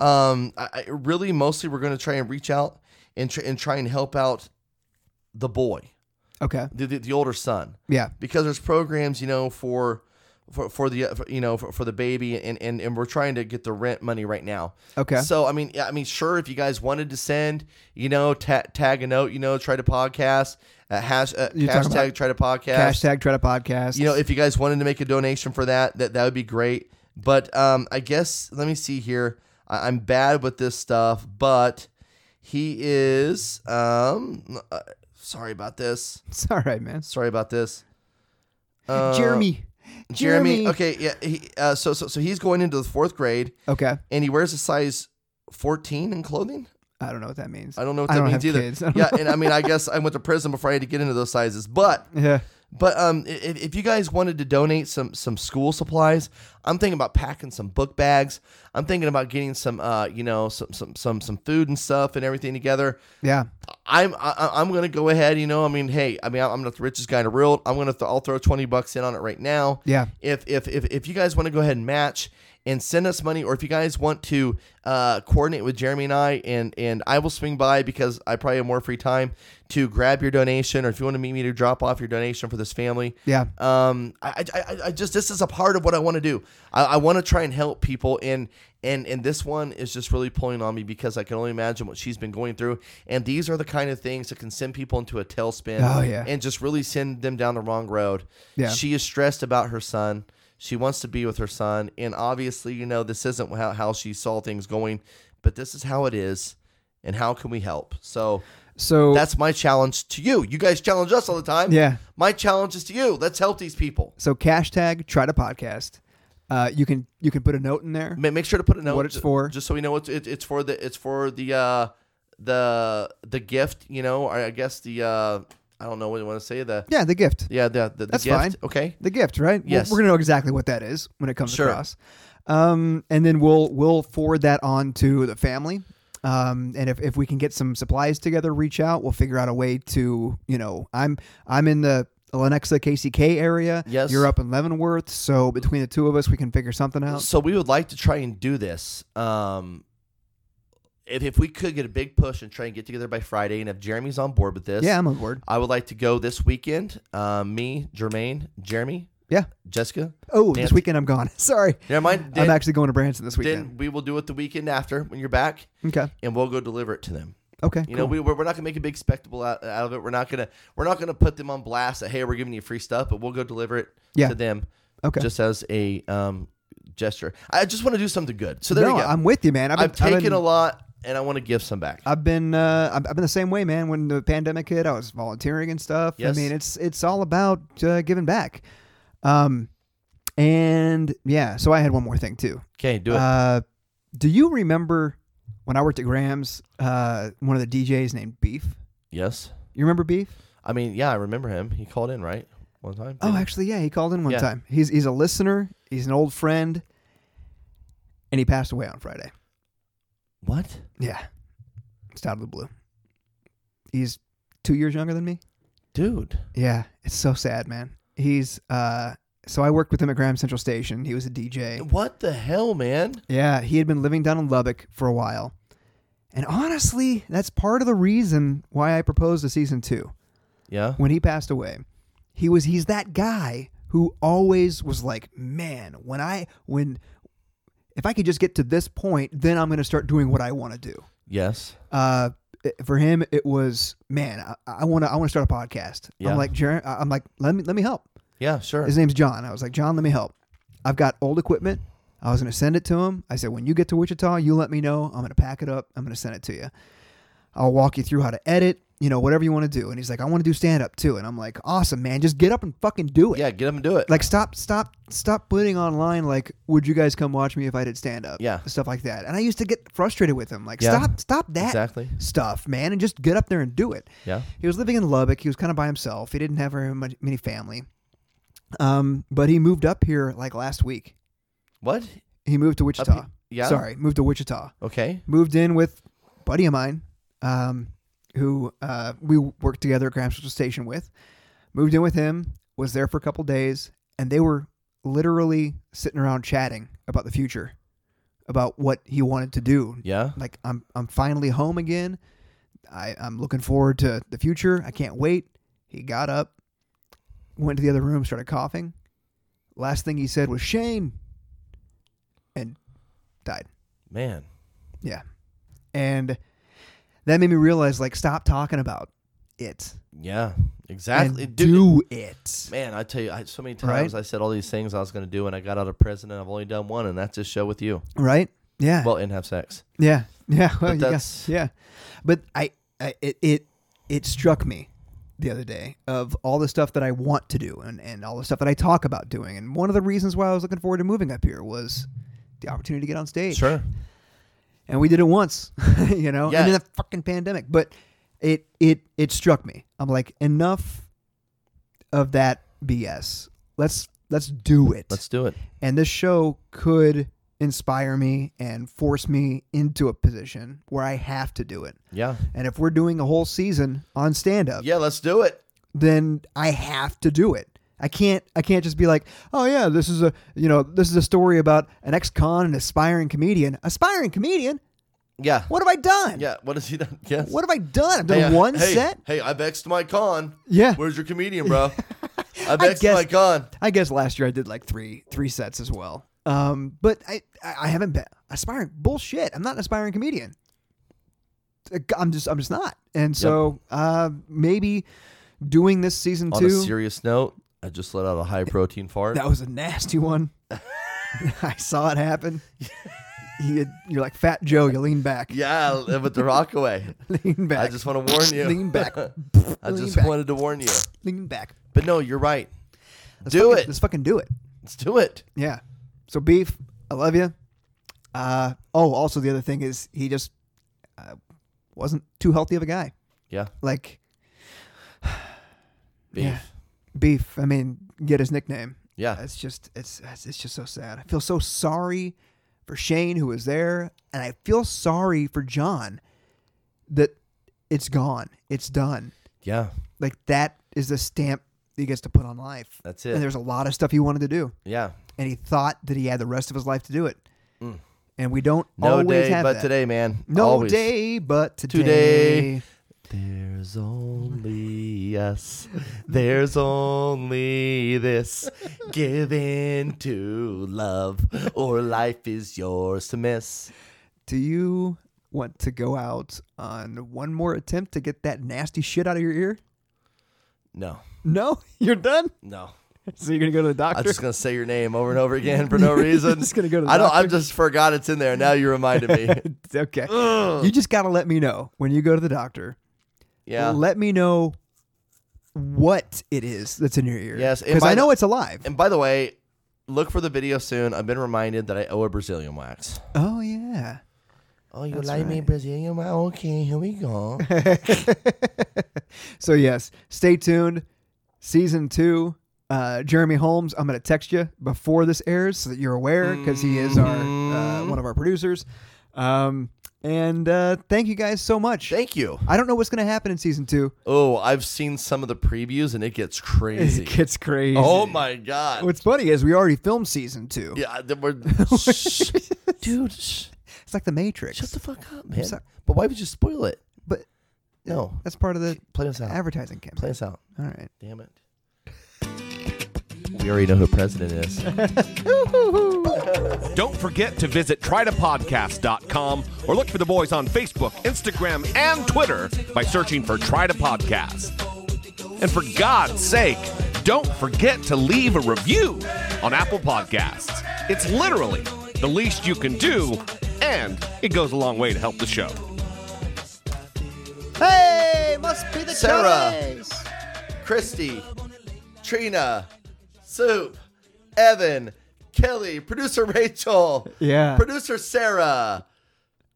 Speaker 1: Um, I, I really mostly we're going to try and reach out and tr- and try and help out the boy
Speaker 2: Okay.
Speaker 1: the, the, the older son
Speaker 2: Yeah.
Speaker 1: because there's programs you know for for, for the for, you know for, for the baby and, and and we're trying to get the rent money right now
Speaker 2: Okay.
Speaker 1: so i mean yeah, i mean sure if you guys wanted to send you know ta- tag a note you know try to podcast uh, hash, uh,
Speaker 2: You're talking
Speaker 1: hashtag try to podcast
Speaker 2: Hashtag Tread a Podcast.
Speaker 1: you know if you guys wanted to make a donation for that that that would be great but um i guess let me see here I, i'm bad with this stuff but he is um uh, sorry about this
Speaker 2: it's all right, man.
Speaker 1: Sorry about this. Uh,
Speaker 2: Jeremy.
Speaker 1: Jeremy. Okay. Yeah. He, uh, so so so he's going into the fourth grade,
Speaker 2: Okay.
Speaker 1: and he wears a size fourteen in clothing.
Speaker 2: I don't know what that means.
Speaker 1: I don't know what
Speaker 2: I
Speaker 1: that
Speaker 2: don't
Speaker 1: means
Speaker 2: have
Speaker 1: either.
Speaker 2: kids. I don't
Speaker 1: Yeah. And I mean, I guess I went to prison before I had to get into those sizes. But
Speaker 2: Yeah.
Speaker 1: but um, i- if, if you guys wanted to donate some some school supplies, I'm thinking about packing some book bags. I'm thinking about getting some uh, you know, some some some some food and stuff and everything together.
Speaker 2: Yeah.
Speaker 1: I'm I, I- I'm gonna go ahead. You know, I mean, hey, I mean, I'm not the richest guy in the world. I'm gonna th- I'll throw twenty bucks in on it right now.
Speaker 2: Yeah.
Speaker 1: If if if if you guys want to go ahead and match and send us money, or if you guys want to uh, coordinate with Jeremy and I, and and I will swing by because I probably have more free time to grab your donation, or if you want to meet me to drop off your donation for this family.
Speaker 2: Yeah.
Speaker 1: Um, I, I, I- I just this is a part of what I want to do. I, I want to try and help people, and and and this one is just really pulling on me because I can only imagine what she's been going through. And these are the kind of things that can send people into a tailspin.
Speaker 2: Oh, yeah.
Speaker 1: and just really send them down the wrong road.
Speaker 2: Yeah.
Speaker 1: she is stressed about her son. She wants to be with her son, and obviously, you know, this isn't how, how she saw things going, but this is how it is. And how can we help? So
Speaker 2: So
Speaker 1: that's my challenge to you. You guys challenge us all the time.
Speaker 2: Yeah.
Speaker 1: My challenge is to you. Let's help these people.
Speaker 2: so hashtag Tread a Podcast. Uh, you can you can put a note in there.
Speaker 1: Ma- Make sure to put a note
Speaker 2: What it's
Speaker 1: ju-
Speaker 2: for.
Speaker 1: just so we know what it, it's for. The it's for the uh, the the gift. You know, or I guess the uh, I don't know what you want to say. The
Speaker 2: Yeah, the gift.
Speaker 1: yeah, the the, the
Speaker 2: That's
Speaker 1: gift.
Speaker 2: fine.
Speaker 1: Okay.
Speaker 2: The gift, right? We're-
Speaker 1: Yes.
Speaker 2: We're, gonna know exactly what that is when it comes
Speaker 1: Sure.
Speaker 2: across. Um, and then we'll we'll forward that on to the family. Um, and if, if we can get some supplies together, reach out. We'll figure out a way to you know I'm I'm in the Lenexa KCK area.
Speaker 1: Yes.
Speaker 2: you're up in Leavenworth, so between the two of us, we can figure something out.
Speaker 1: So we would like to try and do this. Um, if if we could get a big push and try and get together by Friday, and if Jeremy's on board with this,
Speaker 2: Yeah, I'm on board.
Speaker 1: I would like to go this weekend. Uh, me, Jermaine, Jeremy,
Speaker 2: Yeah.
Speaker 1: Jessica.
Speaker 2: Oh, this
Speaker 1: Nancy.
Speaker 2: weekend I'm gone. Sorry,
Speaker 1: Never mind.
Speaker 2: I'm
Speaker 1: Then-
Speaker 2: actually going to Branson this weekend.
Speaker 1: then we will do it the weekend after when you're back.
Speaker 2: okay.
Speaker 1: and we'll go deliver it to them.
Speaker 2: Okay.
Speaker 1: You know, we, we're we're not gonna make a big spectacle out, out of it. We're not gonna we're not gonna put them on blast that hey, we're giving you free stuff, but we'll go deliver it
Speaker 2: Yeah.
Speaker 1: to them.
Speaker 2: Okay.
Speaker 1: just as a um, gesture. I just want to do something good. So there
Speaker 2: no,
Speaker 1: you go.
Speaker 2: I'm with you, man. I've, been,
Speaker 1: I've taken
Speaker 2: been-
Speaker 1: a lot, and I want to give some back.
Speaker 2: I've been uh, I've I've been the same way, man. When the pandemic hit, I was volunteering and stuff.
Speaker 1: Yes.
Speaker 2: I mean, it's it's all about uh, giving back. Um, and yeah, so I had one more thing too.
Speaker 1: okay, do it.
Speaker 2: Uh, do you remember when I worked at Graham's? Uh, one of the DJs named Beef.
Speaker 1: yes,
Speaker 2: You remember Beef?
Speaker 1: I mean, yeah, I remember him. He called in right one time.
Speaker 2: Oh, actually, yeah, he called in one
Speaker 1: Yeah.
Speaker 2: time. He's he's a listener. He's an old friend, and he passed away on Friday.
Speaker 1: what?
Speaker 2: Yeah, it's out of the blue. He's two years younger than me.
Speaker 1: Dude,
Speaker 2: Yeah, it's so sad, man. He's uh so I worked with him at Graham Central Station. He was a DJ.
Speaker 1: what the hell, man?
Speaker 2: Yeah, he had been living down in Lubbock for a while. And honestly, that's part of the reason why I proposed to season 2.
Speaker 1: Yeah,
Speaker 2: When he passed away, he was he's that guy who always was like, "Man, when I when if I could just get to this point, then I'm going to start doing what I want to do."
Speaker 1: Yes.
Speaker 2: Uh, it- for him, it was, "Man, I want to I want to start a podcast."
Speaker 1: Yeah.
Speaker 2: I'm like, Jer- I'm like, let me let me help.
Speaker 1: Yeah, sure.
Speaker 2: His name's John. I was like, John, let me help. I've got old equipment. I was going to send it to him. I said, when you get to Wichita, you let me know. I'm going to pack it up. I'm going to send it to you. I'll walk you through how to edit, you know, whatever you want to do. And he's like, I want to do stand up too. And I'm like, awesome, man. Just get up and fucking do it.
Speaker 1: yeah, get up and do it.
Speaker 2: Like, stop, stop, stop putting online, like, would you guys come watch me if I did stand up?
Speaker 1: Yeah.
Speaker 2: Stuff like that. And I used to get frustrated with him. Like,
Speaker 1: Yeah.
Speaker 2: stop, stop that
Speaker 1: Exactly.
Speaker 2: stuff, man, and just get up there and do it.
Speaker 1: Yeah.
Speaker 2: He was living in Lubbock. He was kind of by himself. He didn't have very much, many family. Um, but he moved up here like last week.
Speaker 1: what?
Speaker 2: He moved to Wichita.
Speaker 1: yeah?
Speaker 2: Sorry, moved to Wichita.
Speaker 1: Okay.
Speaker 2: Moved in with a buddy of mine, um, who uh, we worked together at Gramsci Station with. Moved in with him. Was there for a couple days, and they were literally sitting around chatting about the future, about what he wanted to do
Speaker 1: Yeah.
Speaker 2: like I'm I'm finally home again. I, I'm looking forward to the future. I can't wait. He got up, went to the other room, started coughing. Last thing he said was shame and died.
Speaker 1: Man.
Speaker 2: Yeah. And that made me realize like stop talking about it.
Speaker 1: Yeah.
Speaker 2: And
Speaker 1: Exactly. Dude,
Speaker 2: do it.
Speaker 1: Man, I tell you, I, so many times
Speaker 2: Right?
Speaker 1: I said all these things I was going to do, and I got out of prison, and I've only done one, and that's this show with you.
Speaker 2: Right? Yeah.
Speaker 1: Well, and have sex.
Speaker 2: Yeah, yeah, well,
Speaker 1: But
Speaker 2: you
Speaker 1: that's-
Speaker 2: got- yeah. But I, I, it, it, it struck me the other day of all the stuff that I want to do and and all the stuff that I talk about doing. And one of the reasons why I was looking forward to moving up here was the opportunity to get on stage.
Speaker 1: Sure.
Speaker 2: And we did it once, you know,
Speaker 1: Yeah.
Speaker 2: and in a fucking pandemic. But it, it, it struck me. I'm like, enough of that BS. Let's let's do it
Speaker 1: Let's do it.
Speaker 2: and this show could inspire me and force me into a position where I have to do it.
Speaker 1: Yeah.
Speaker 2: And if we're doing a whole season on stand up,
Speaker 1: Yeah, let's do it.
Speaker 2: then I have to do it. I can't I can't just be like, "Oh yeah, this is a, you know, this is a story about an ex-con and aspiring comedian." Aspiring comedian?
Speaker 1: Yeah.
Speaker 2: What have I done?
Speaker 1: Yeah. What is he done? Yes.
Speaker 2: What have I done? I've done one
Speaker 1: hey,
Speaker 2: set?
Speaker 1: Hey, I vexed my con.
Speaker 2: Yeah.
Speaker 1: Where's your comedian, bro? I
Speaker 2: I
Speaker 1: vexed
Speaker 2: guess-
Speaker 1: my con.
Speaker 2: I guess last year I did like three three sets as well. Um, but I I I haven't been aspiring bullshit. I'm not an aspiring comedian. I'm just I'm just not. And so uh, maybe doing this season
Speaker 1: On
Speaker 2: two
Speaker 1: a serious note, I just let out a high protein fart.
Speaker 2: that was a nasty one. I saw it happen. You, you're like Fat Joe. You lean back.
Speaker 1: Yeah, I- with the Rockaway.
Speaker 2: lean back.
Speaker 1: I just want to warn you.
Speaker 2: Lean back.
Speaker 1: I
Speaker 2: Lean
Speaker 1: just
Speaker 2: back.
Speaker 1: wanted to warn you.
Speaker 2: lean back.
Speaker 1: But no, you're right.
Speaker 2: Let's
Speaker 1: Do
Speaker 2: fucking-
Speaker 1: it.
Speaker 2: Let's fucking do it.
Speaker 1: Let's do it.
Speaker 2: Yeah. So beef, I love you. Uh, oh, also the other thing is he just uh, wasn't too healthy of a guy.
Speaker 1: Yeah.
Speaker 2: Like
Speaker 1: Beef.
Speaker 2: Yeah. beef. I mean, get his nickname.
Speaker 1: Yeah.
Speaker 2: It's just it's it's it's just so sad. I feel so sorry for Shane who was there, and I feel sorry for John that it's gone. It's done.
Speaker 1: Yeah.
Speaker 2: Like that is the stamp he gets to put on life.
Speaker 1: That's
Speaker 2: And
Speaker 1: it.
Speaker 2: there's a lot of stuff he wanted to do.
Speaker 1: Yeah.
Speaker 2: and he thought that he had the rest of his life to do it. And we don't
Speaker 1: Mm. No
Speaker 2: always
Speaker 1: day
Speaker 2: have
Speaker 1: but
Speaker 2: that.
Speaker 1: today, man.
Speaker 2: No
Speaker 1: Always.
Speaker 2: day but
Speaker 1: Today.
Speaker 2: today.
Speaker 1: There's only us. There's only this. Give in to love, or life is yours to miss.
Speaker 2: Do you want to go out on one more attempt to get that nasty shit out of your ear?
Speaker 1: No,
Speaker 2: No, you're done.
Speaker 1: no.
Speaker 2: So you're gonna go to the doctor.
Speaker 1: I'm just gonna say your name over and over again for no reason.
Speaker 2: Just gonna go to the
Speaker 1: I don't. I
Speaker 2: doctor.
Speaker 1: just forgot it's in there. Now you reminded me.
Speaker 2: okay. You just gotta let me know when you go to the doctor.
Speaker 1: Yeah.
Speaker 2: Let me know what it is that's in your ear.
Speaker 1: Yes, and
Speaker 2: because
Speaker 1: by
Speaker 2: I know
Speaker 1: the-
Speaker 2: it's alive.
Speaker 1: and by the way, look for the video soon. I've been reminded that I owe a Brazilian wax.
Speaker 2: oh yeah.
Speaker 1: Oh, you like me Brazilian wax? Okay, here we go.
Speaker 2: So yes, stay tuned. Season two, uh, Jeremy Holmes. I'm gonna text you before this airs so that you're aware because he is our
Speaker 1: Mm-hmm.
Speaker 2: uh, one of our producers. Um, and uh, thank you guys so much.
Speaker 1: Thank you.
Speaker 2: I don't know what's gonna happen in season two.
Speaker 1: Oh, I've seen some of the previews and it gets crazy.
Speaker 2: It gets crazy.
Speaker 1: Oh my god!
Speaker 2: What's funny is we already filmed season two.
Speaker 1: yeah, then we're, shh, dude, shh,
Speaker 2: It's like the Matrix,
Speaker 1: shut the fuck up, man.
Speaker 2: sorry.
Speaker 1: But why would you spoil it?
Speaker 2: but
Speaker 1: No,
Speaker 2: that's part of the
Speaker 1: Oh. play us out.
Speaker 2: advertising campaign.
Speaker 1: Play us out.
Speaker 2: All right.
Speaker 1: Damn it. We already know who president is.
Speaker 4: Don't forget to visit trytopodcast.com or look for the boys on Facebook, Instagram, and Twitter by searching for Try to Podcast. And for God's sake, don't forget to leave a review on Apple Podcasts. It's literally the least you can do, and it goes a long way to help the show.
Speaker 2: Hey, must be the
Speaker 1: Sarah.
Speaker 2: Chinese.
Speaker 1: Christy, Trina, Soup, Evan, Kelly, producer Rachel,
Speaker 5: Yeah.
Speaker 1: producer Sarah.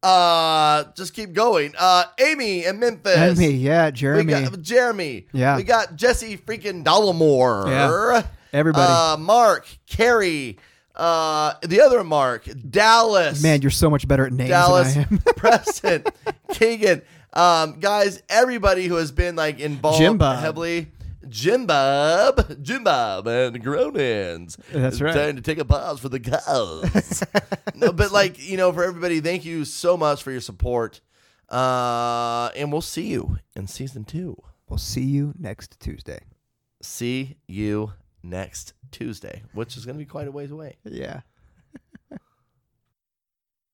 Speaker 1: Uh, just keep going. Uh, Amy in Memphis.
Speaker 5: And me, yeah,
Speaker 1: We
Speaker 5: Jeremy.
Speaker 1: got Jeremy.
Speaker 5: Yeah.
Speaker 1: We got Jesse freaking Dollamore.
Speaker 5: Yeah. Everybody.
Speaker 1: Uh, Mark, Carrie, uh, the other Mark, Dallas.
Speaker 5: Man, you're so much better at names
Speaker 1: Dallas,
Speaker 5: than I am.
Speaker 1: Preston, Keegan, um, guys, everybody who has been like involved
Speaker 5: Jim Bob.
Speaker 1: heavily. Jim Bob, Jim Bob, and Gronins.
Speaker 5: That's right.
Speaker 1: Time to take a pause for the cause. no, but like you know, for everybody, thank you so much for your support, uh, and we'll see you in season two.
Speaker 5: we'll see you next Tuesday.
Speaker 1: See you next Tuesday, which is going to be quite a ways away.
Speaker 5: Yeah.